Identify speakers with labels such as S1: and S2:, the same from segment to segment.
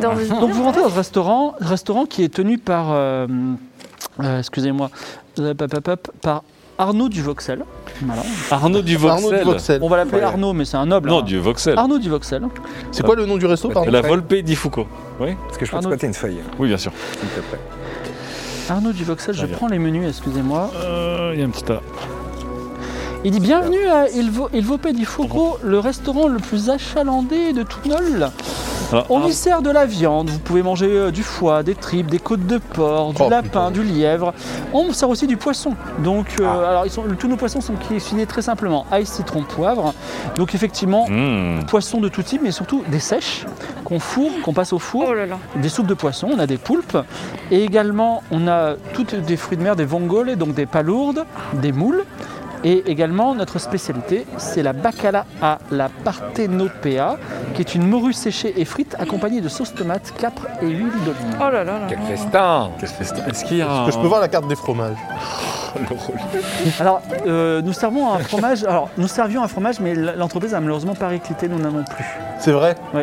S1: Dans le-
S2: Donc vous rentrez dans ce restaurant, restaurant qui est tenu par, euh, euh, excusez-moi, euh, pap, pap, pap, par Arnaud du Voxel. Voilà.
S3: Arnaud du
S4: Arnaud
S3: Voxel.
S4: du Voxel.
S2: On va l'appeler
S4: Voilà.
S2: Arnaud, mais c'est un noble.
S3: Non,
S2: hein.
S3: du Voxel.
S2: Arnaud du Voxel.
S4: C'est quoi le nom du resto, pardon
S3: La Volpe di Foucault.
S5: Est-ce que je peux te
S2: Arnaud.
S5: squatter une feuille,
S3: Oui, bien sûr.
S5: s'il te plaît
S2: Arnaud du Voxel, je
S3: Très bien.
S2: prends les menus, excusez-moi.
S3: Euh, Il y a un petit tas.
S2: Il dit bienvenue à Il Vo- Il Vopé di Foucault, le restaurant le plus achalandé de tout Nol.
S3: Alors,
S2: On
S3: Ar-
S2: y sert de la viande, vous pouvez manger euh, du foie, des tripes, des côtes de porc, du
S4: Oh,
S2: lapin, du lièvre. On sert aussi du poisson. Donc, euh, alors, ils sont, tous nos poissons sont cuisinés très simplement ail, citron, poivre. Donc, effectivement,
S3: Hmm.
S2: poissons de tout type, mais surtout des sèches qu'on fourre, qu'on passe au four,
S1: Oh là là.
S2: des soupes de poissons, on a des poulpes, et également on a toutes des fruits de mer, des vongoles, donc des palourdes, des moules, et également notre spécialité, c'est la bacala à la partenopea, qui est une morue séchée et frite accompagnée de sauce tomate, capre et huile d'olive.
S1: Oh là là là.
S5: Quel festin
S3: Quel festin. Est-ce qu'il y a
S4: Est-ce que je peux voir la carte des fromages
S2: Alors, euh, nous servons un fromage. Alors, nous servions un fromage, mais l- l'entreprise a malheureusement pas réclité, nous n'avons plus.
S4: C'est vrai
S2: Oui.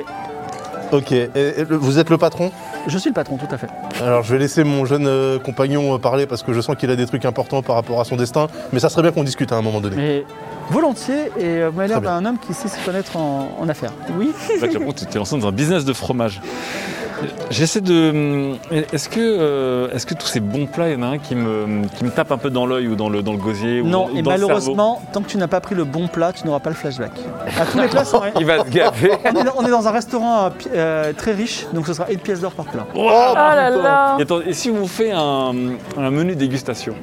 S4: Ok, et- et le- vous êtes le patron
S2: Je suis le patron, tout à fait.
S4: Alors je vais laisser mon jeune euh, compagnon euh, parler parce que je sens qu'il a des trucs importants par rapport à son destin, mais ça serait bien qu'on discute à un moment donné.
S2: Mais volontiers, et euh, vous m'avez l'air
S4: Très bien.
S2: d'un homme qui sait se connaître en- en affaires. Oui.
S3: Là, clairement, tu t'es lancé dans un business de fromage. J'essaie de. hmm, Est-ce que, euh, est-ce que tous ces bons plats, il y en a un qui me, qui me tape un peu dans l'œil ou dans le, dans le gosier ou
S2: Non,
S3: dans- ou
S2: et
S3: dans le cerveau
S2: malheureusement, tant que tu n'as pas pris le bon plat, tu n'auras pas le flashback. À tous les plats, sont-
S5: Il va se gaver
S2: on, est, on est dans un restaurant euh, pi- euh, très riche, donc ce sera une pièce d'or par plat.
S3: Oh
S1: Oh là là.
S3: Et attends, et si on fait un, un menu dégustation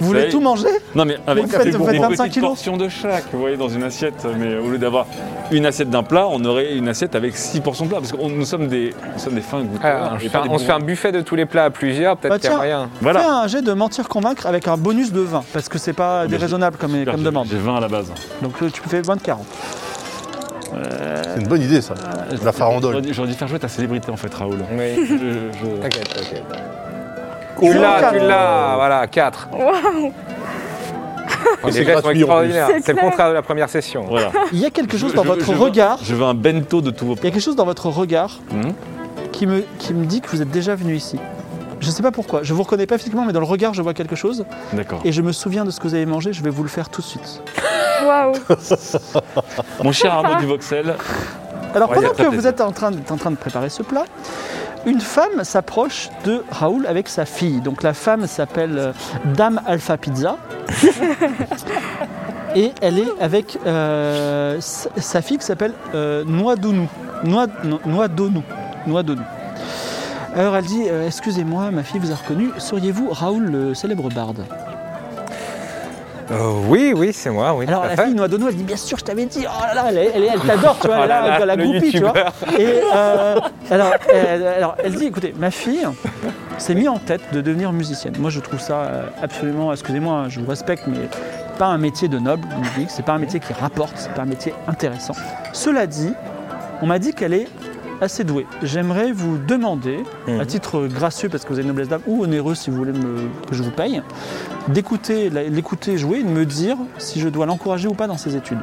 S2: Vous voulez
S3: Oui.
S2: tout manger
S3: Non mais avec
S2: Vous faites-
S3: des
S2: vous faites
S3: petites
S2: 25 kilos
S3: portions de chaque, vous voyez, dans une assiette. Mais au lieu d'avoir une assiette d'un plat, on aurait une assiette avec 6 portions de plat. Parce que nous sommes des, nous sommes des fins goûteurs.
S5: Ah,
S3: et
S5: on se fait
S3: pas
S5: un-
S3: des
S5: on se fait un
S3: bourrins.
S5: buffet de tous les plats à plusieurs, peut-être
S2: Bah,
S5: qu'il y a
S2: tiens.
S5: rien.
S3: Voilà.
S2: Fais un jet de mentir convaincre avec un bonus de 20, parce que c'est pas
S3: Mais j'ai-
S2: déraisonnable comme,
S3: Super,
S2: comme
S3: j'ai-
S2: demande.
S3: J'ai 20 à la base.
S2: Donc euh, tu fais 20 de 40.
S4: C'est une bonne idée ça. La
S3: J'aurais
S4: farandole.
S3: dû- J'aurais dû faire jouer ta célébrité en fait, Raoul.
S5: Eh Oui.
S3: Je- je-
S5: T'inquiète, t'inquiète. Tu l'as, tu l'as, voilà, 4.
S4: Et c'est
S5: Les gestes sont
S4: gratuit, en plus.
S5: extraordinaires.
S1: C'est
S5: C'est le
S1: clair.
S5: contraire de la première session.
S3: Voilà.
S2: Il y a quelque chose
S3: Je-
S2: dans
S3: je-
S2: votre
S3: je veux-
S2: regard,
S3: Je veux un bento de tous vos
S2: il y a quelque chose dans votre regard
S3: Mhm.
S2: qui me, qui me dit que vous êtes déjà venu ici. Je sais pas pourquoi, je vous reconnais pas physiquement, mais dans le regard, je vois quelque chose
S3: D'accord.
S2: et je me souviens de ce que vous avez mangé, je vais vous le faire tout de suite.
S1: Waouh.
S3: Mon cher
S5: Ah.
S3: Arnaud du Voxel,
S2: Alors
S3: Ouais, il y
S2: pendant
S3: a
S2: que
S3: très
S2: vous
S3: plaisir.
S2: êtes en train, de, en train de préparer ce plat, une femme s'approche de Raoul avec sa fille. Donc la femme s'appelle euh, Dame Alpha Pizza. Et elle est avec euh, sa sa fille qui s'appelle euh, Noidounou. Noid- no- Noidonou. Noidonou. Alors elle dit euh, Excusez-moi, ma fille vous a reconnu. Seriez-vous Raoul, le célèbre barde
S5: Euh, oui, oui, c'est moi, oui.
S2: Alors
S5: tout à
S2: la
S5: fait.
S2: fille Noidonou, elle dit Bien sûr, je t'avais dit. Oh là là, elle, elle, elle t'adore, tu vois.
S5: Oh
S2: elle,
S5: là
S2: a-
S5: là,
S2: elle a
S5: le
S2: goupille, tu vois.
S5: youtubeur.
S2: Et euh, alors, elle, alors, elle dit écoutez, ma fille s'est mise en tête de devenir musicienne. Moi, je trouve ça euh, absolument, excusez-moi, hein, je vous respecte, mais pas un métier de noble, la musique, c'est pas un métier qui rapporte, c'est pas un métier intéressant. Cela dit, on m'a dit qu'elle est assez douée. J'aimerais vous demander,
S5: Mhm.
S2: à titre gracieux, parce que vous avez une noblesse d'âme, ou onéreux si vous voulez me- que je vous paye, d'écouter, la- l'écouter jouer et de me dire si je dois l'encourager ou pas dans ses études.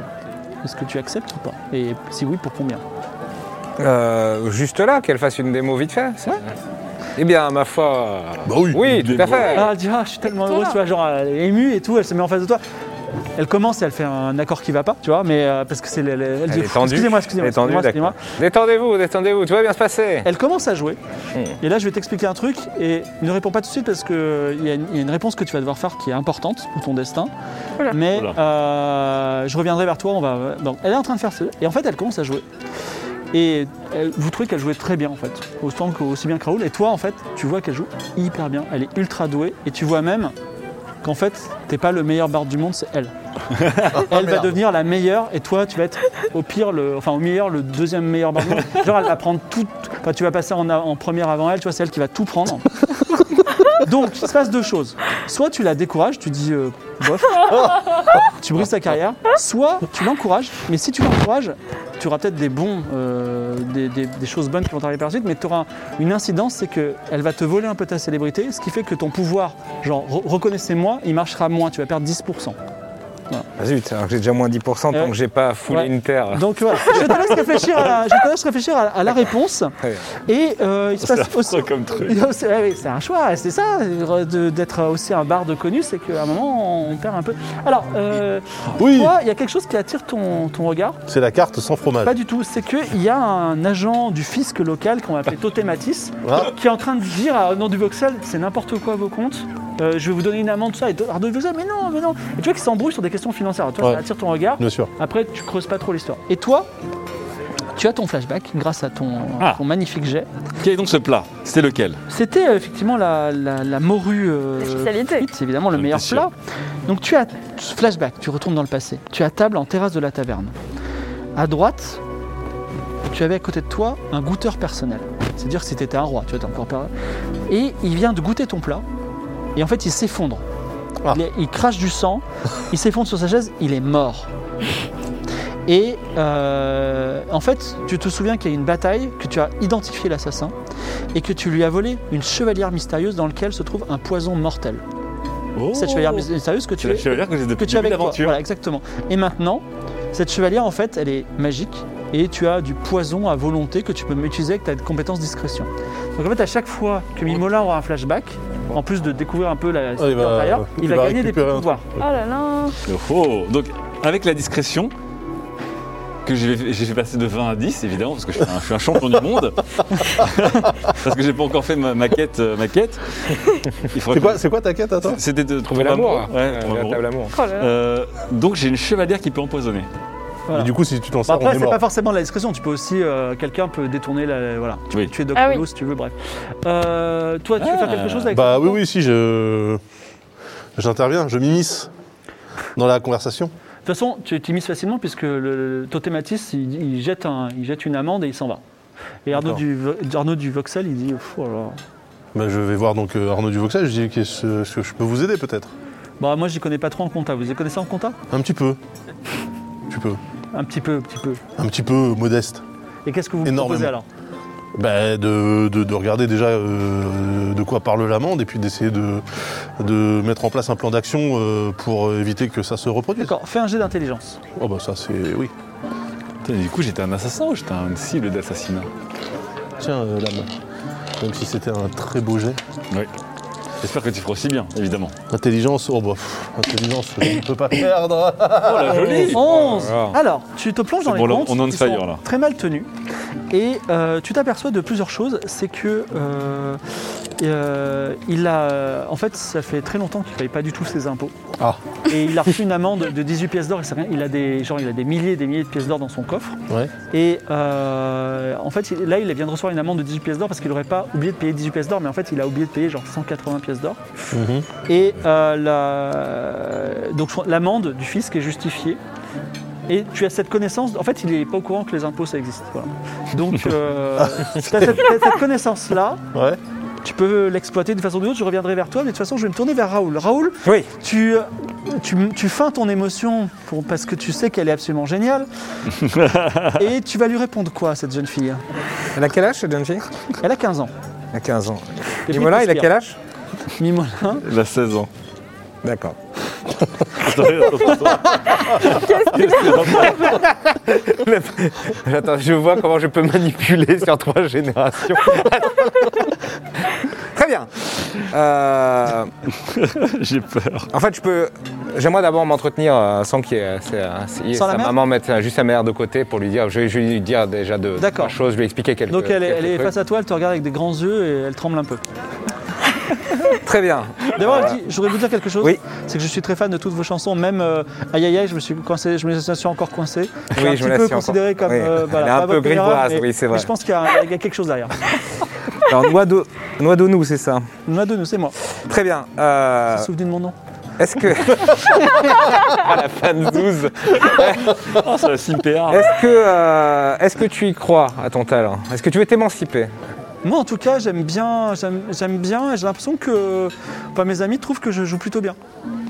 S2: Est-ce que tu acceptes ou pas Et si oui, pour combien
S5: Euh, juste là, qu'elle fasse une démo vite fait. c'est- Eh bien, ma foi.
S4: Bah oui.
S5: Oui,
S3: Une
S5: tout à
S3: démo.
S5: fait.
S2: Ah, elle dit, ah, je suis tellement heureuse, tu vois, genre, elle est émue et tout, elle se met en face de toi. Elle commence et elle fait un accord qui va pas, tu vois, mais euh, parce que c'est. Elle, elle dit,
S5: Elle est tendue.
S2: Excusez-moi, excusez-moi,
S5: Elle est tendue,
S2: excusez-moi, excusez-moi.
S5: d'accord. Détendez-vous, détendez-vous, tout va bien se passer.
S2: Elle commence à jouer,
S5: Hmm.
S2: et là je vais t'expliquer un truc, et ne réponds pas tout de suite parce qu'il y, a une- il y a une réponse que tu vas devoir faire qui est importante pour ton destin.
S1: Oula.
S2: Mais
S3: Oula.
S2: euh, je reviendrai vers toi, on va. Donc elle est en train de faire ce. Et en fait elle commence à jouer. Et elle- vous trouvez qu'elle jouait très bien en fait, autant que- aussi bien que Raoul. Et toi en fait, tu vois qu'elle joue hyper bien, elle est ultra douée, et tu vois même qu'en fait, t'es pas le meilleur barde du monde, c'est elle. elle va
S4: merde.
S2: devenir la meilleure et toi, tu vas être au pire, le, enfin au meilleur, le deuxième meilleur barde du monde. Genre, elle va prendre tout. Enfin, tu vas passer en, a- en première avant elle, tu vois, c'est elle qui va tout prendre. Donc, il se passe deux choses. Soit tu la décourages, tu dis euh, bof, tu brises sa carrière. Soit tu l'encourages, mais si tu l'encourages, tu auras peut-être des bons, euh, des, des- des choses bonnes qui vont t'arriver par la suite, mais tu auras une incidence, c'est qu'elle va te voler un peu ta célébrité, ce qui fait que ton pouvoir, genre re- reconnaissez-moi, il marchera moins, tu vas perdre 10%.
S5: Ah zut, alors que j'ai déjà moins 10% tant
S2: Ouais.
S5: que j'ai pas foulé
S2: Ouais.
S5: une terre.
S2: Donc voilà, je te laisse réfléchir à la, je te laisse réfléchir à, à la réponse.
S5: Très bien.
S2: Et euh, il se passe aussi.
S3: Ça comme truc.
S2: il y a aussi- ouais, ouais, C'est un choix, c'est ça, de- d'être aussi un bar de connu, c'est qu'à un moment on perd un peu. Alors, euh,
S4: Oui,
S2: toi, il y a quelque chose qui attire ton- ton regard.
S4: c'est la carte sans fromage.
S2: Pas du tout, c'est qu'il y a un agent du fisc local qu'on va appeler Totematis
S4: Ah.
S2: qui est en train de dire à- au nom du Voxel c'est n'importe quoi vos comptes, euh, je vais vous donner une amende, tout ça. Et alors, de Voxel, mais non, mais non. Et tu vois qu'il s'embrouille sur des questions financières. Alors, Toi,
S4: Ouais.
S2: ça attire ton regard.
S4: Bien sûr.
S2: Après, tu creuses pas trop l'histoire. Et toi, tu as ton flashback grâce à ton,
S3: Ah.
S2: ton magnifique jet.
S3: Quel est donc ce plat C'était lequel
S2: C'était euh, effectivement la, la- la morue. euh,
S1: La spécialité.
S2: frite, c'est évidemment le
S3: J'en
S2: meilleur
S3: étais sûr.
S2: plat. Donc tu as flashback, tu retournes dans le passé. Tu es à table en terrasse de la taverne. À droite, tu avais à côté de toi un goûteur personnel. C'est-à-dire que si tu étais un roi, tu vois, t'es encore par- Et il vient de goûter ton plat. Et en fait, il s'effondre.
S4: Ah.
S2: Il, est- il crache du sang, il s'effondre sur sa chaise, il est mort. Et euh, en fait, tu te souviens qu'il y a une bataille, que tu as identifié l'assassin et que tu lui as volé une chevalière mystérieuse dans laquelle se trouve un poison mortel.
S4: Oh.
S2: Cette chevalière mys- mystérieuse que
S3: C'est
S2: tu,
S3: Oh. la
S2: es-
S3: chevalière que j'ai
S2: que
S3: depuis
S2: tu as
S3: le début de
S2: avec toi.
S3: l'aventure.
S2: Voilà, exactement. Et maintenant, cette chevalière, en fait, elle est magique et tu as du poison à volonté que tu peux utiliser avec ta compétence discrétion. Donc en fait, à chaque fois que Mimola aura un flashback, en plus de découvrir un peu la
S4: Ah, il va-
S2: intérieure, il,
S4: il
S2: va,
S4: va
S2: gagner des
S4: récupérer
S2: petits
S4: un
S2: pouvoirs.
S1: Oh là là.
S3: Oh, donc avec la discrétion que j'ai j'ai fait passer de 20 à 10, évidemment, parce que je suis un, je suis un champion du monde, parce que j'ai pas encore fait ma, ma quête. euh, Ma quête. Il faudrait
S4: C'est
S3: que-
S4: quoi, c'est quoi ta quête à toi
S3: C'était de trouver
S5: Trouver l'amour.
S3: l'amour. Ouais,
S5: euh,
S3: trouver
S5: véritable
S3: l'amour.
S5: amour.
S1: Oh là là.
S3: Euh, donc j'ai une chevalière qui peut empoisonner.
S2: Voilà.
S4: Et Du coup, si tu t'en
S2: Bon,
S4: sors, on
S2: après,
S4: est
S2: c'est
S4: mort.
S2: pas forcément de la discrétion. Tu peux aussi, euh, quelqu'un peut détourner la. Voilà. Tu
S3: Oui.
S2: peux tuer Doc
S1: Ah oui.
S2: Hollow si tu veux, bref. Euh, toi, tu veux faire quelque chose avec
S4: Bah oui, oui, si, je. J'interviens, je m'immisce dans la conversation.
S2: De toute façon, tu t'immisces facilement puisque le, le Totematis, il, il jette un- il jette une amende et il s'en va. Et Arnaud
S4: D'accord.
S2: du, Vo- Arnaud du Voxel, il dit Pff, oh là là.
S4: Bah, je vais voir donc euh, Arnaud Duvoxel, je dis qu'est-ce que je peux vous aider peut-être
S2: Bah, moi, j'y connais pas trop en compta. Vous les connaissez en compta
S4: Un petit peu. Un petit peu.
S2: Un petit peu, un petit peu.
S4: Un petit peu modeste.
S2: Et qu'est-ce que vous me
S4: Énormément.
S2: proposez alors
S4: Bah, de, de- de regarder déjà euh, de quoi parle l'amende et puis d'essayer de, de mettre en place un plan d'action euh, pour éviter que ça se reproduise.
S2: D'accord, fais un jet d'intelligence.
S4: Oh bah ça c'est... oui.
S3: Putain, Du coup, j'étais un assassin ou j'étais une cible d'assassinat
S4: Tiens, euh, lame. Même si c'était un très beau jet.
S3: Oui. J'espère que tu feras aussi bien, évidemment.
S4: Intelligence, oh bah, pff, intelligence, je ne peux pas perdre.
S3: Oh la jolie
S2: 11
S5: Oh là là.
S2: Alors, tu te plonges dans
S3: C'est
S2: les
S3: bon, là,
S2: comptes,
S3: on est on
S2: ils
S3: fire,
S2: sont
S3: là.
S2: très mal tenus, et euh, tu t'aperçois de plusieurs choses, c'est que euh, euh, il a, en fait, ça fait très longtemps qu'il ne paye pas du tout ses impôts,
S4: Ah.
S2: et il a reçu une amende de 18 pièces d'or, il sait rien, il a des, genre, il a des milliers et des milliers de pièces d'or dans son coffre,
S4: Ouais.
S2: et euh, en fait, il- là, il vient de recevoir une amende de 18 pièces d'or parce qu'il n'aurait pas oublié de payer 18 pièces d'or, mais en fait, il a oublié de payer genre 180 pièces d'or.
S4: Mhm.
S2: Et euh, la- donc son- l'amende du fisc est justifiée. Et tu as cette connaissance. En fait, il n'est pas au courant que les impôts ça existe. voilà. Donc, euh, tu as cette, t'as cette connaissance-là.
S4: Ouais.
S2: Tu peux l'exploiter d'une façon ou d'une autre. Je reviendrai vers toi, mais de toute façon, je vais me tourner vers Raoul. Raoul,
S5: Oui.
S2: tu, tu, tu feins ton émotion pour- parce que tu sais qu'elle est absolument géniale. Et tu vas lui répondre quoi à cette jeune fille
S5: Elle a quel âge cette jeune fille
S2: Elle a 15 ans.
S5: Elle a 15 ans.
S2: Et puis,
S5: Imola, il a
S2: t'inspires.
S5: quel âge
S2: Mimolin.
S3: Elle a 16 ans.
S5: D'accord.
S3: Attends, attends, attends. Qu'est-ce qu'il raconte
S5: Attends, je vois comment je peux manipuler sur trois générations. Très bien. Euh,
S3: J'ai peur.
S5: en fait, je peux. J'aimerais d'abord m'entretenir euh, sans qu'il y ait euh, c'est, euh, si-
S2: Sans la
S5: sa
S2: mère
S5: maman mette euh, juste sa mère de côté pour lui dire. Je vais, je vais lui dire déjà de
S2: D'accord.
S5: trois choses, je vais expliquer quelque
S2: Donc, elle, est-
S5: quelques
S2: elle est
S5: trucs.
S2: face à toi, elle te regarde avec des grands yeux et elle tremble un peu.
S5: Très bien.
S2: D'abord, elle dit, je voudrais vous dire quelque chose.
S5: Oui.
S2: C'est que je suis très fan de toutes vos chansons, même euh, Aïe Aïe Aïe, je me suis coincé, je me suis encore coincé. Je suis
S5: Oui,
S2: un
S5: je
S2: petit
S5: me la
S2: peu
S5: suis
S2: considéré
S5: encore.
S2: comme.
S5: Oui.
S2: euh, voilà,
S5: Elle est un
S2: pas
S5: peu
S2: votre meilleure ame,
S5: grivoise,
S2: mais-
S5: oui, c'est vrai.
S2: mais je pense qu'il y, a il y a quelque chose derrière.
S5: Alors, noix de, noix de nous, c'est ça.
S2: Noix de nous, c'est moi.
S5: Très bien. euh,
S2: Souvenez de mon nom.
S5: Est-ce que. à la fin de 12.
S3: Ah, ça va simper hard.
S5: Est-ce que, euh, est-ce que tu y crois à ton talent Est-ce que tu veux t'émanciper
S2: Moi, en tout cas, j'aime bien, j'aime j'aime bien, et j'ai l'impression que enfin, mes amis trouvent que je joue plutôt bien.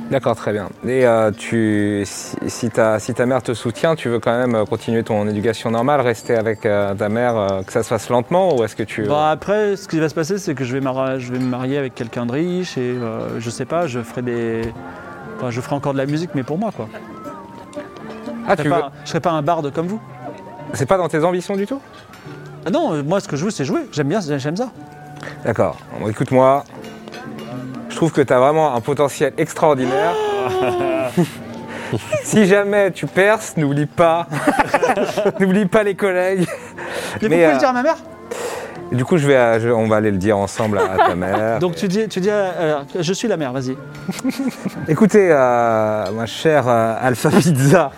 S5: D'accord, très bien. Et euh, tu, si, si ta, si ta mère te soutient, tu veux quand même euh, continuer ton éducation normale, rester avec euh, ta mère, euh, que ça se fasse lentement ou est-ce que tu.
S2: Bah, après, ce qui va se passer, c'est que je vais, mara- je vais me marier avec quelqu'un de riche et euh, je sais pas, je ferai des. Enfin, je ferai encore de la musique, mais pour moi, quoi.
S5: ah,
S2: Je serai
S5: tu veux.
S2: pas, je serai pas un barde comme vous.
S5: C'est pas dans tes ambitions du tout
S2: Ah non, euh, moi, ce que je veux, c'est jouer. J'aime bien, j'aime ça.
S5: D'accord. Bon, Écoute-moi. Je trouve que tu as vraiment un potentiel extraordinaire. si jamais tu perces, n'oublie pas. n'oublie pas les collègues.
S2: Mais, vous
S5: Mais,
S2: pouvez
S5: euh,
S2: le dire à ma mère
S5: Du coup, je vais, à- je- on va aller le dire ensemble à, à ta mère.
S2: Donc tu dis, tu dis euh, euh, je suis la mère, vas-y.
S5: Écoutez, euh, ma chère euh, Alpha Pizza,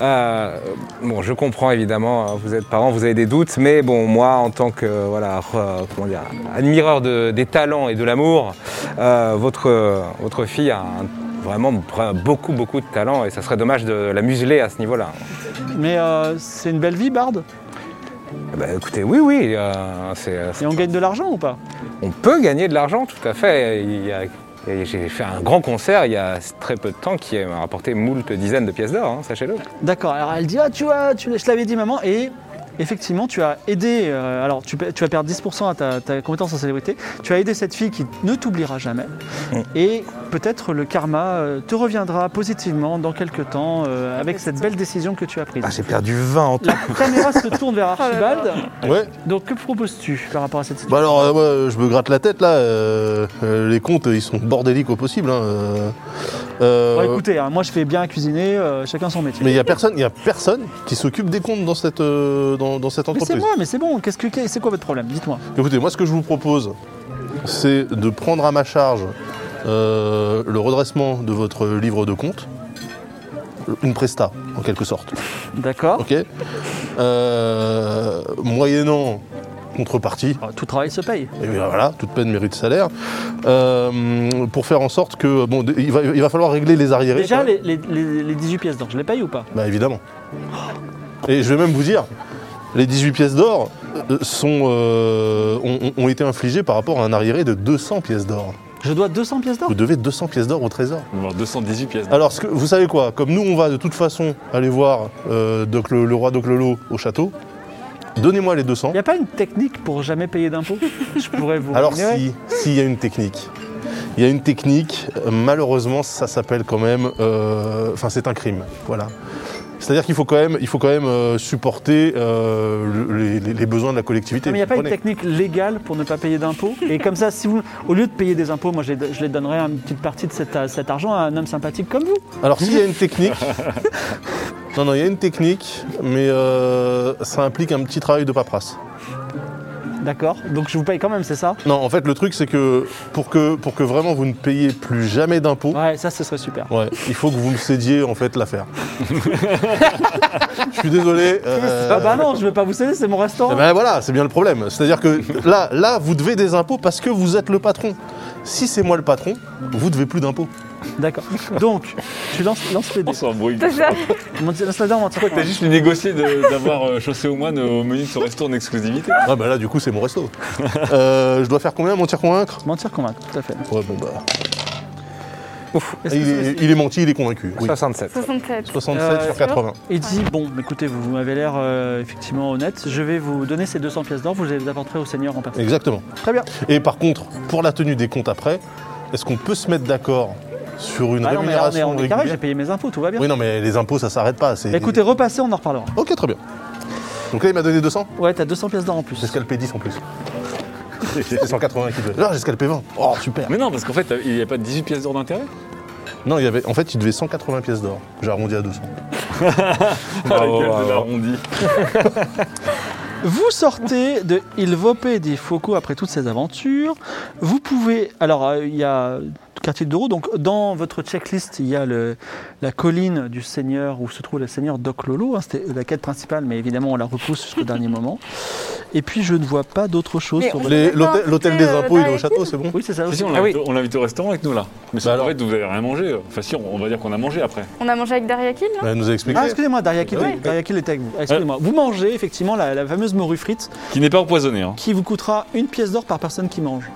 S5: euh, bon, je comprends évidemment, hein, vous êtes parents, vous avez des doutes, mais bon, moi, en tant que euh, voilà, re- comment dire, admireur de- des talents et de l'amour, euh, votre, euh, votre fille a un- vraiment bra- beaucoup, beaucoup de talent et ça serait dommage de la museler à ce niveau-là.
S2: Mais euh, c'est une belle vie, barde.
S5: Eh ben, écoutez, oui, oui, euh, c'est,
S2: Et on gagne de l'argent ou pas
S5: On peut gagner de l'argent, tout à fait. Il y a- et J'ai fait un grand concert il y a très peu de temps qui m'a rapporté moult dizaines de pièces d'or, hein, sachez-le.
S2: D'accord, alors elle dit, ah tu vois, tu, je te l'avais dit maman, et effectivement tu as aidé, euh, alors tu, peux- tu vas perdre 10% à ta, ta compétence en célébrité, tu as aidé cette fille qui ne t'oubliera jamais,
S4: Mm.
S2: et peut-être le karma euh, te reviendra positivement dans quelques temps euh, avec cette belle décision que tu as prise.
S5: Ah, j'ai perdu 20 en tout.
S2: La caméra se tourne vers Archibald,
S4: Ouais.
S2: donc que proposes-tu par rapport à cette situation
S4: Bah alors, euh, moi, je me gratte la tête là. euh, euh, les comptes, ils sont bordéliques au possible. hein, euh, euh,
S2: Bon, Écoutez, hein, moi je fais bien cuisiner, euh, chacun son métier.
S4: mais il n'y a personne, il y a personne qui s'occupe des comptes dans cette, euh, dans, dans cette
S2: Mais c'est
S4: entreprise.
S2: moi, mais c'est bon, qu'est-ce que c'est quoi votre problème Dites-moi.
S4: Écoutez, moi, ce que je vous propose, c'est de prendre à ma charge euh, le redressement de votre livre de compte. Une presta, en quelque sorte.
S2: D'accord.
S4: Ok Euh, Moyennant contrepartie,
S2: Alors, Tout travail se paye.
S4: et bien voilà, toute peine mérite salaire, euh, pour faire en sorte que. Bon, d- il va, il va falloir régler les arriérés.
S2: Déjà
S4: quand même.
S2: les, les- les- les 18 pièces d'or, je les paye ou pas
S4: Bah évidemment. Et je vais même vous dire, les 18 pièces d'or euh, sont, euh, ont, ont été infligées par rapport à un arriéré de 200 pièces d'or.
S2: Je dois 200 pièces d'or
S4: Vous devez 200 pièces d'or au trésor.
S3: Bon, 218 pièces.
S4: Alors, ce que, vous savez quoi Comme nous, on va de toute façon aller voir euh, Doc le, le roi Doclolo au château, donnez-moi les 200.
S2: Il n'y a pas une technique pour jamais payer d'impôts Je pourrais vous
S4: Alors,
S2: rémunérer.
S4: si, s'il y a une technique. Il y a une technique, euh, malheureusement, ça s'appelle quand même. euh, Enfin, c'est un crime. Voilà. C'est-à-dire qu'il faut quand même, il faut quand même euh, supporter euh, le- les, les- les besoins de la collectivité.
S2: Non, mais il n'y a pas
S4: vous
S2: une
S4: comprenez
S2: technique légale pour ne pas payer d'impôts Et comme ça, si vous, au lieu de payer des impôts, moi je les, je les donnerais une petite partie de cet, cet argent à un homme sympathique comme vous.
S4: Alors, s'il y a une technique. non, non, il y a une technique, mais euh, ça implique un petit travail de paperasse.
S2: D'accord Donc je vous paye quand même, c'est ça
S4: Non, en fait, le truc, c'est que pour, que pour que vraiment vous ne payiez plus jamais d'impôts,
S2: Ouais, ça ce serait super.
S4: ouais, il faut que vous me cédiez en fait l'affaire. Je suis désolé. euh,
S2: Ah bah non, je ne vais pas hein. vous céder, c'est mon restaurant.
S4: eh ben voilà, c'est bien le problème. C'est-à-dire que là, là, vous devez des impôts parce que vous êtes le patron. Si c'est moi le patron, vous devez plus d'impôts.
S2: D'accord. Donc, tu lances, lances les dés.
S3: On s'embrouille.
S1: C'est ça.
S2: Mon- Lance les dés, on m'en tire.
S3: T'as juste lui négocié de- d'avoir euh, chaussé au moine au menu de son resto en exclusivité.
S4: Ah bah là, du coup, c'est mon resto. Euh, je dois faire combien, mentir, convaincre
S2: Mentir, convaincre, tout à fait.
S4: Ouais, bon bah.
S2: Est-ce que
S4: Il
S2: c'est-
S4: est, il est menti, il est convaincu. Oui.
S5: 67.
S1: 67.
S4: 67
S2: Euh,
S4: sur 80.
S2: Il dit Bon, écoutez, vous m'avez l'air euh, effectivement honnête, je vais vous donner ces 200 pièces d'or, vous les apporterez au seigneur en personne.
S4: Exactement.
S2: Très bien.
S4: Et par contre, pour la tenue des comptes après, est-ce qu'on peut se mettre d'accord sur une
S2: Ah non, mais là, on est,
S4: rémunération
S2: on est carré, j'ai
S4: régulière
S2: payé mes impôts, tout va bien.
S4: Oui, non, mais les impôts, ça s'arrête pas. c'est-
S2: Écoutez, repassez, on en reparlera.
S4: Ok, très bien. Donc là, il m'a donné 200.
S2: Ouais, t'as 200 pièces d'or en plus.
S4: J'ai scalpé 10 en plus. C'est 180 qui devait. Non, j'ai scalpé 20. Oh, super.
S3: Mais non, parce qu'en fait, t'as- il n'y a pas 18 pièces d'or d'intérêt.
S4: Non, il y avait... en fait, il devait 180 pièces d'or. J'ai arrondi à 200.
S3: Ah, la gueule
S5: bravo.
S3: de l'arrondi.
S2: Vous sortez de Il Vopé des Focaux après toutes ces aventures. Vous pouvez. Alors, euh, il y a quartier de Douro. Donc, dans votre checklist, il y a le- la colline du Seigneur où se trouve le Seigneur Doc Lolo. hein. C'était la quête principale, mais évidemment, on la repousse jusqu'au dernier moment. Et puis, je ne vois pas d'autre chose
S1: Mais
S2: sur
S1: on-
S2: votre.
S4: Les-
S1: pas
S4: L'hôtel l'hôtel des
S1: invité, euh,
S4: impôts, il est
S1: dans
S4: au
S1: la
S4: château, c'est bon
S2: Oui, c'est ça
S3: Si,
S2: aussi.
S3: si, on
S5: Ah oui.
S3: l'invite on l'invite au restaurant avec nous là. Mais c'est
S4: Bah
S3: en
S4: alors.
S3: fait, vous n'avez rien mangé. Enfin, si, on, on va dire qu'on a mangé après.
S1: On a mangé avec Dariakil, là
S4: Bah, Elle nous a expliqué.
S2: Ah, excusez-moi, Dariakil
S4: Oui.
S2: Dariakil était avec vous. Excusez-moi. Vous mangez effectivement la, la fameuse morue frite
S3: Qui n'est pas empoisonné. Hein.
S2: qui vous coûtera une pièce d'or par personne qui mange.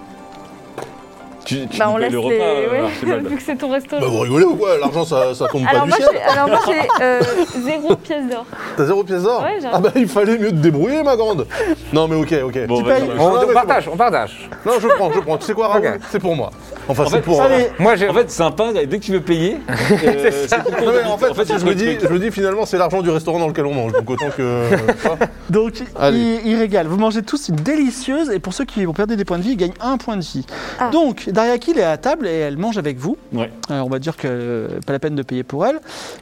S3: Tu, tu
S1: Bah,
S3: nous
S1: on
S3: payes
S1: laisse
S3: le
S1: les.
S3: repas, euh,
S1: ouais,
S3: Archibald.
S1: vu que c'est ton resto.
S4: Bah, vous rigolez ou quoi L'argent, ça, ça tombe
S1: alors,
S4: pas du
S1: moi, j'ai-
S4: ciel.
S1: alors, moi, j'ai euh, zéro pièce d'or.
S4: T'as zéro pièce d'or
S1: Ouais, j'ai-
S4: Ah bah il fallait mieux te débrouiller, ma grande. Non, mais ok, ok.
S3: Bon,
S2: Tu
S3: bah,
S2: payes.
S3: non, mais-
S5: On,
S4: Ah,
S5: on
S4: mais
S5: partage, on partage.
S4: Non, je prends, je prends. Tu sais quoi, Raoul
S5: Ok.
S4: C'est pour moi. Enfin,
S3: En
S4: c'est
S3: fait,
S4: pour. euh,
S2: allez,
S5: Moi, j'ai.
S3: En fait, sympa, dès que tu veux payer. euh, c'est tout
S4: Non, mais en fait,
S3: En fait,
S4: je, me dis, je me dis finalement, c'est l'argent du restaurant dans lequel on mange. Donc autant que.
S2: Donc,
S4: Allez.
S2: il, il régale. Vous mangez tous une délicieuse, et pour ceux qui vont perdre des points de vie, ils gagnent un point de vie.
S1: Ah.
S2: Donc, Dariakil est à table et elle mange avec vous.
S3: Ouais.
S2: Euh, on va dire que euh, pas la peine de payer pour elle.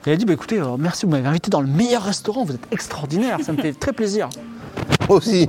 S2: Et elle dit bah, écoutez, euh, merci, vous m'avez invité dans le meilleur restaurant, vous êtes extraordinaire, ça me fait très plaisir.
S4: Moi aussi.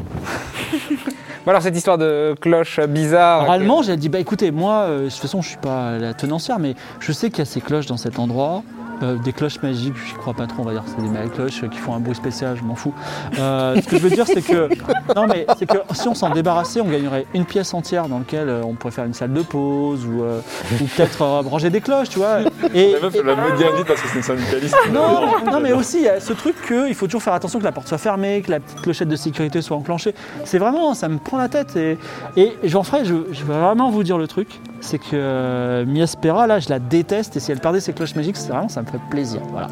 S5: Bon, alors, cette histoire de cloche bizarre.
S2: Alors, elle
S5: que-
S2: mange, elle dit bah, écoutez, moi, euh, de toute façon, je suis pas la tenancière, mais je sais qu'il y a ces cloches dans cet endroit. Euh, des cloches magiques, je crois pas trop, on va dire que c'est des belles cloches euh, qui font un bruit spécial, je m'en fous. Euh, ce que je veux dire, c'est que, non, mais c'est que si on s'en débarrassait, on gagnerait une pièce entière dans laquelle euh, on pourrait faire une salle de pause ou, euh, ou peut-être euh, ranger des cloches, tu vois. Et,
S3: La meuf, elle va me dire vite parce que c'est une syndicaliste.
S2: non, non, mais aussi, il y a ce truc qu'il faut toujours faire attention que la porte soit fermée, que la petite clochette de sécurité soit enclenchée. C'est vraiment, ça me prend la tête. Et, et Jean-Fray, je, je vais vraiment vous dire le truc c'est que euh, Miaspera, là, je la déteste. Et si elle perdait ses cloches magiques, c'est vraiment, ça me ferait plaisir. Voilà.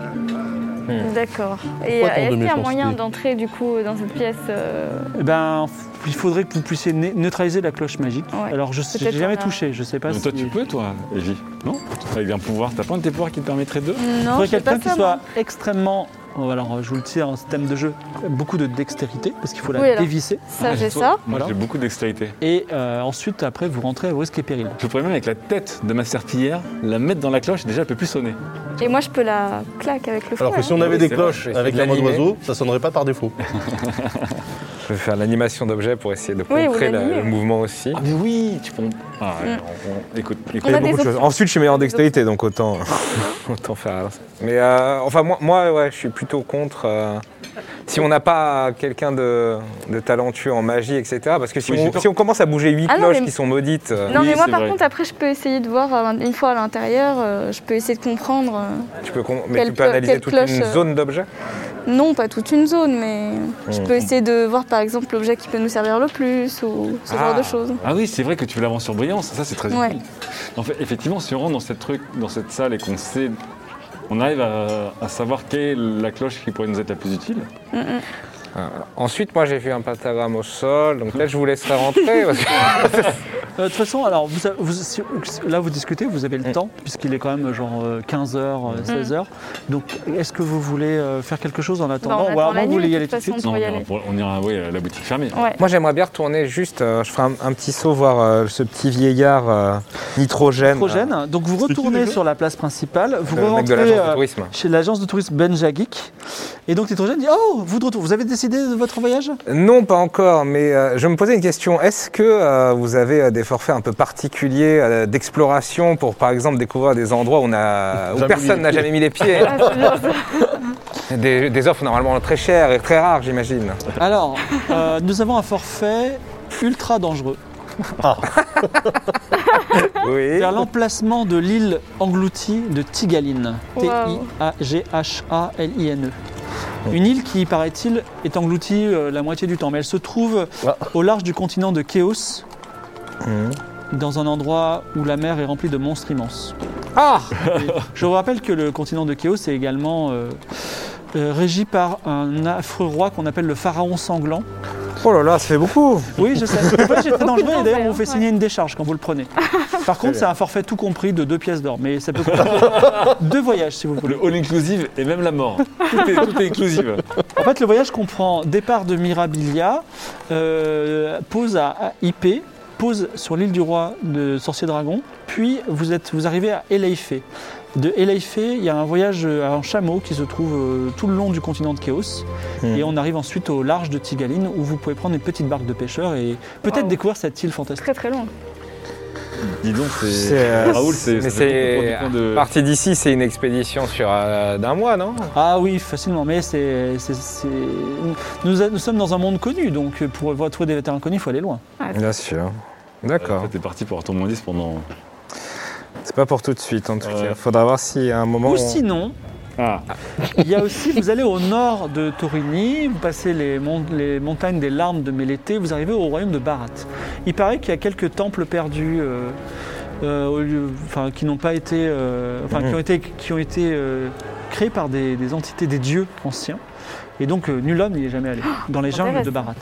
S1: D'accord. Et euh,
S4: Pourquoi tant
S1: est-ce
S4: de
S1: qu'il y a
S4: méchanceté
S1: moyen d'entrer, du coup, dans cette pièce euh,
S2: Eh Ben, il faudrait que vous puissiez né- neutraliser la cloche magique.
S1: Ouais.
S2: Alors, je sais, j'ai
S1: Peut-être
S2: jamais
S1: on a-
S2: touché. Je sais pas
S3: Donc
S2: si.
S3: toi, tu peux, toi, Evie Non Avec un pouvoir. T'as pas un de tes pouvoirs qui te permettrait de
S2: Il
S1: Non,
S2: faudrait
S1: je sais pas
S2: quelqu'un qui
S1: ça.
S2: soit
S1: moi.
S2: extrêmement. oh, Alors, je vous le tire en thème de jeu, beaucoup de dextérité, parce qu'il faut la
S1: Oui, alors.
S2: dévisser.
S1: Ça,
S3: Ah,
S1: j'ai
S3: j'ai-
S1: ça.
S3: Moi,
S2: Voilà.
S3: j'ai beaucoup d'extérité.
S2: Et euh, ensuite, après, vous rentrez à vos risques et périls.
S3: Je pourrais même, avec la tête de ma serpillière, la mettre dans la cloche et déjà, elle peut plus sonner.
S1: Et moi, je peux la claque avec le hein. fouet.
S4: Alors que si on
S3: Ouais, Ah
S4: avait
S3: oui,
S4: des
S3: c'est vrai,
S4: cloches
S5: je vais
S4: avec
S5: essayer
S4: la
S5: de
S4: mode
S5: l'animer.
S4: d'oiseau, ça sonnerait pas par défaut.
S5: Je vais faire l'animation d'objet pour essayer de
S1: Oui,
S5: contrer
S1: ou
S5: la-
S1: l'animer.
S5: le mouvement aussi.
S3: Ah, mais oui Tu prends. Ah, ouais,
S1: Mm.
S3: on- on- Écoute, écoute.
S1: On
S5: Il y
S1: a
S5: a beaucoup
S1: des
S5: de choses.
S1: options.
S5: Ensuite, je suis meilleur en dextérité, donc autant, euh. autant faire. à l'instant. Mais euh, enfin, moi, moi, ouais, je suis plutôt contre. euh, si on n'a pas quelqu'un de, de talentueux en magie, etc. Parce que si,
S3: Oui, j'ai
S5: on,
S3: peur.
S5: si on commence à bouger huit
S1: Ah non,
S5: cloches
S1: mais-
S5: qui sont maudites, euh,
S1: Non,
S3: Oui,
S1: mais moi,
S3: c'est
S1: par
S3: vrai.
S1: contre, après, je peux essayer de voir euh, une fois à l'intérieur, euh, je peux essayer de comprendre. euh,
S5: tu peux, com- mais
S1: Quelle
S5: tu peux
S1: clo-
S5: analyser
S1: quelle
S5: toute
S1: cloche,
S5: une
S1: euh,
S5: zone d'objets.
S1: Non, pas toute une zone, mais je
S5: Mm.
S1: peux essayer de voir par exemple l'objet qui peut nous servir le plus ou ce genre
S3: Ah.
S1: de choses.
S3: Ah oui, c'est vrai que tu veux l'avant sur brillance, ça c'est très
S1: Ouais.
S3: utile. En fait, effectivement, si on rentre dans cette, truc, dans cette salle et qu'on sait, on arrive à, à savoir quelle est la cloche qui pourrait nous être la plus utile.
S1: Mm, mm.
S5: Ensuite, moi, j'ai vu un pentagramme au sol, donc là, je vous laisserai rentrer. parce que-
S2: Euh, De toute façon, alors vous, vous- si- là vous discutez, vous avez le
S5: Mm.
S2: temps, puisqu'il est quand même euh, genre 15h,
S1: Mm.
S2: 16h. euh, Donc est-ce que vous voulez euh, faire quelque chose en attendant
S1: Bah, on
S2: Ou
S1: attend
S2: alors
S1: la
S2: vous
S1: nuit,
S2: voulez y
S1: de
S2: aller tout
S1: toute
S2: de suite
S1: façon.
S3: on
S1: pourrait y
S3: ira,
S1: aller.
S3: pour- on ira, oui, à la boutique fermée.
S1: Ouais.
S5: moi, j'aimerais bien retourner juste. euh, je ferai un, un petit saut voir euh, ce petit vieillard euh, nitrogène.
S2: Trogène. Donc vous retournez
S4: déjà
S2: sur la place principale, vous
S5: euh, le mec de
S2: rentrez
S5: l'agence de
S2: euh,
S5: tourisme.
S2: chez l'agence de tourisme Benjagik. Et donc Nitrogène dit Oh, vous de retour, vous avez décidé de votre voyage
S5: Non, pas encore, mais euh, je me posais une question. Est-ce que euh, vous avez euh, des forfaits un peu particuliers euh, d'exploration pour, par exemple, découvrir des endroits où, on a, où
S4: Jamais mis
S5: personne
S4: les
S5: n'a
S4: pieds.
S5: jamais mis les pieds hein.
S1: Ah, c'est bien, ça.
S5: des, des offres normalement très chères et très rares, j'imagine.
S2: Alors, euh, nous avons un forfait ultra dangereux.
S5: Oui.
S2: vers l'emplacement de l'île engloutie de Tigaline.
S1: Wow.
S2: T-I-A-G-H-A-L-I-N-E. E. Une île qui, paraît-il, est engloutie euh, la moitié du temps, mais elle se trouve
S4: Ah.
S2: au large du continent de Chaos,
S5: Mhm.
S2: dans un endroit où la mer est remplie de monstres immenses.
S5: Ah
S2: Je vous rappelle que le continent de Chaos est également euh, euh, régi par un affreux roi qu'on appelle le pharaon sanglant.
S5: Oh là là, ça fait beaucoup
S2: Oui, je sais. C'est pour ça que j'étais dangereux et d'ailleurs, on vous fait
S1: Ouais.
S2: signer une décharge quand vous le prenez. Par contre, c'est un forfait tout compris de deux pièces d'or, mais ça peut coûter deux voyages si vous voulez.
S3: Le all inclusive et même la mort. Tout est, tout est inclusive.
S2: En fait, le voyage comprend départ de Mirabilia, euh, pause à à IP, pause sur l'île du roi de Sorcier Dragon, puis vous, êtes, vous arrivez à Eleifé. De Eleifé, il y a un voyage euh, en chameau qui se trouve euh, tout le long du continent de Chaos.
S5: Hmm.
S2: Et on arrive ensuite au large de Tigaline où vous pouvez prendre une petite barque de pêcheurs et peut-être
S1: Wow.
S2: découvrir cette île fantastique.
S1: Très très loin.
S3: Dis donc, c'est.
S5: C'est, euh,
S3: Raoul, c'est.
S5: mais
S3: ça fait
S5: c'est
S3: beaucoup de points de-
S5: parti d'ici, c'est une expédition sur euh, d'un mois, non
S2: Ah oui, facilement, mais c'est. c'est- c'est- Nous, nous sommes dans un monde connu, donc pour trouver des vétérans connus, il faut aller loin.
S5: Bien sûr.
S3: En
S5: D'accord.
S3: fait, T'es parti pour ton moins 10 pendant.
S5: C'est pas pour tout de suite en tout
S3: Ouais.
S5: cas. Faudra voir si à un moment.
S2: Ou
S5: on-
S2: sinon,
S3: Ah,
S2: Il y a aussi, vous allez au nord de Torini, vous passez les, mon- les montagnes des larmes de Mélété, vous arrivez au royaume de Barat. Il paraît qu'il y a quelques temples perdus, euh, euh, au lieu- enfin, qui n'ont pas été, euh, enfin, qui ont été, qui ont été euh, créés par des, des entités, des dieux anciens. Et donc, euh, nul homme n'y est jamais allé, dans les jungles de
S1: Intéressant.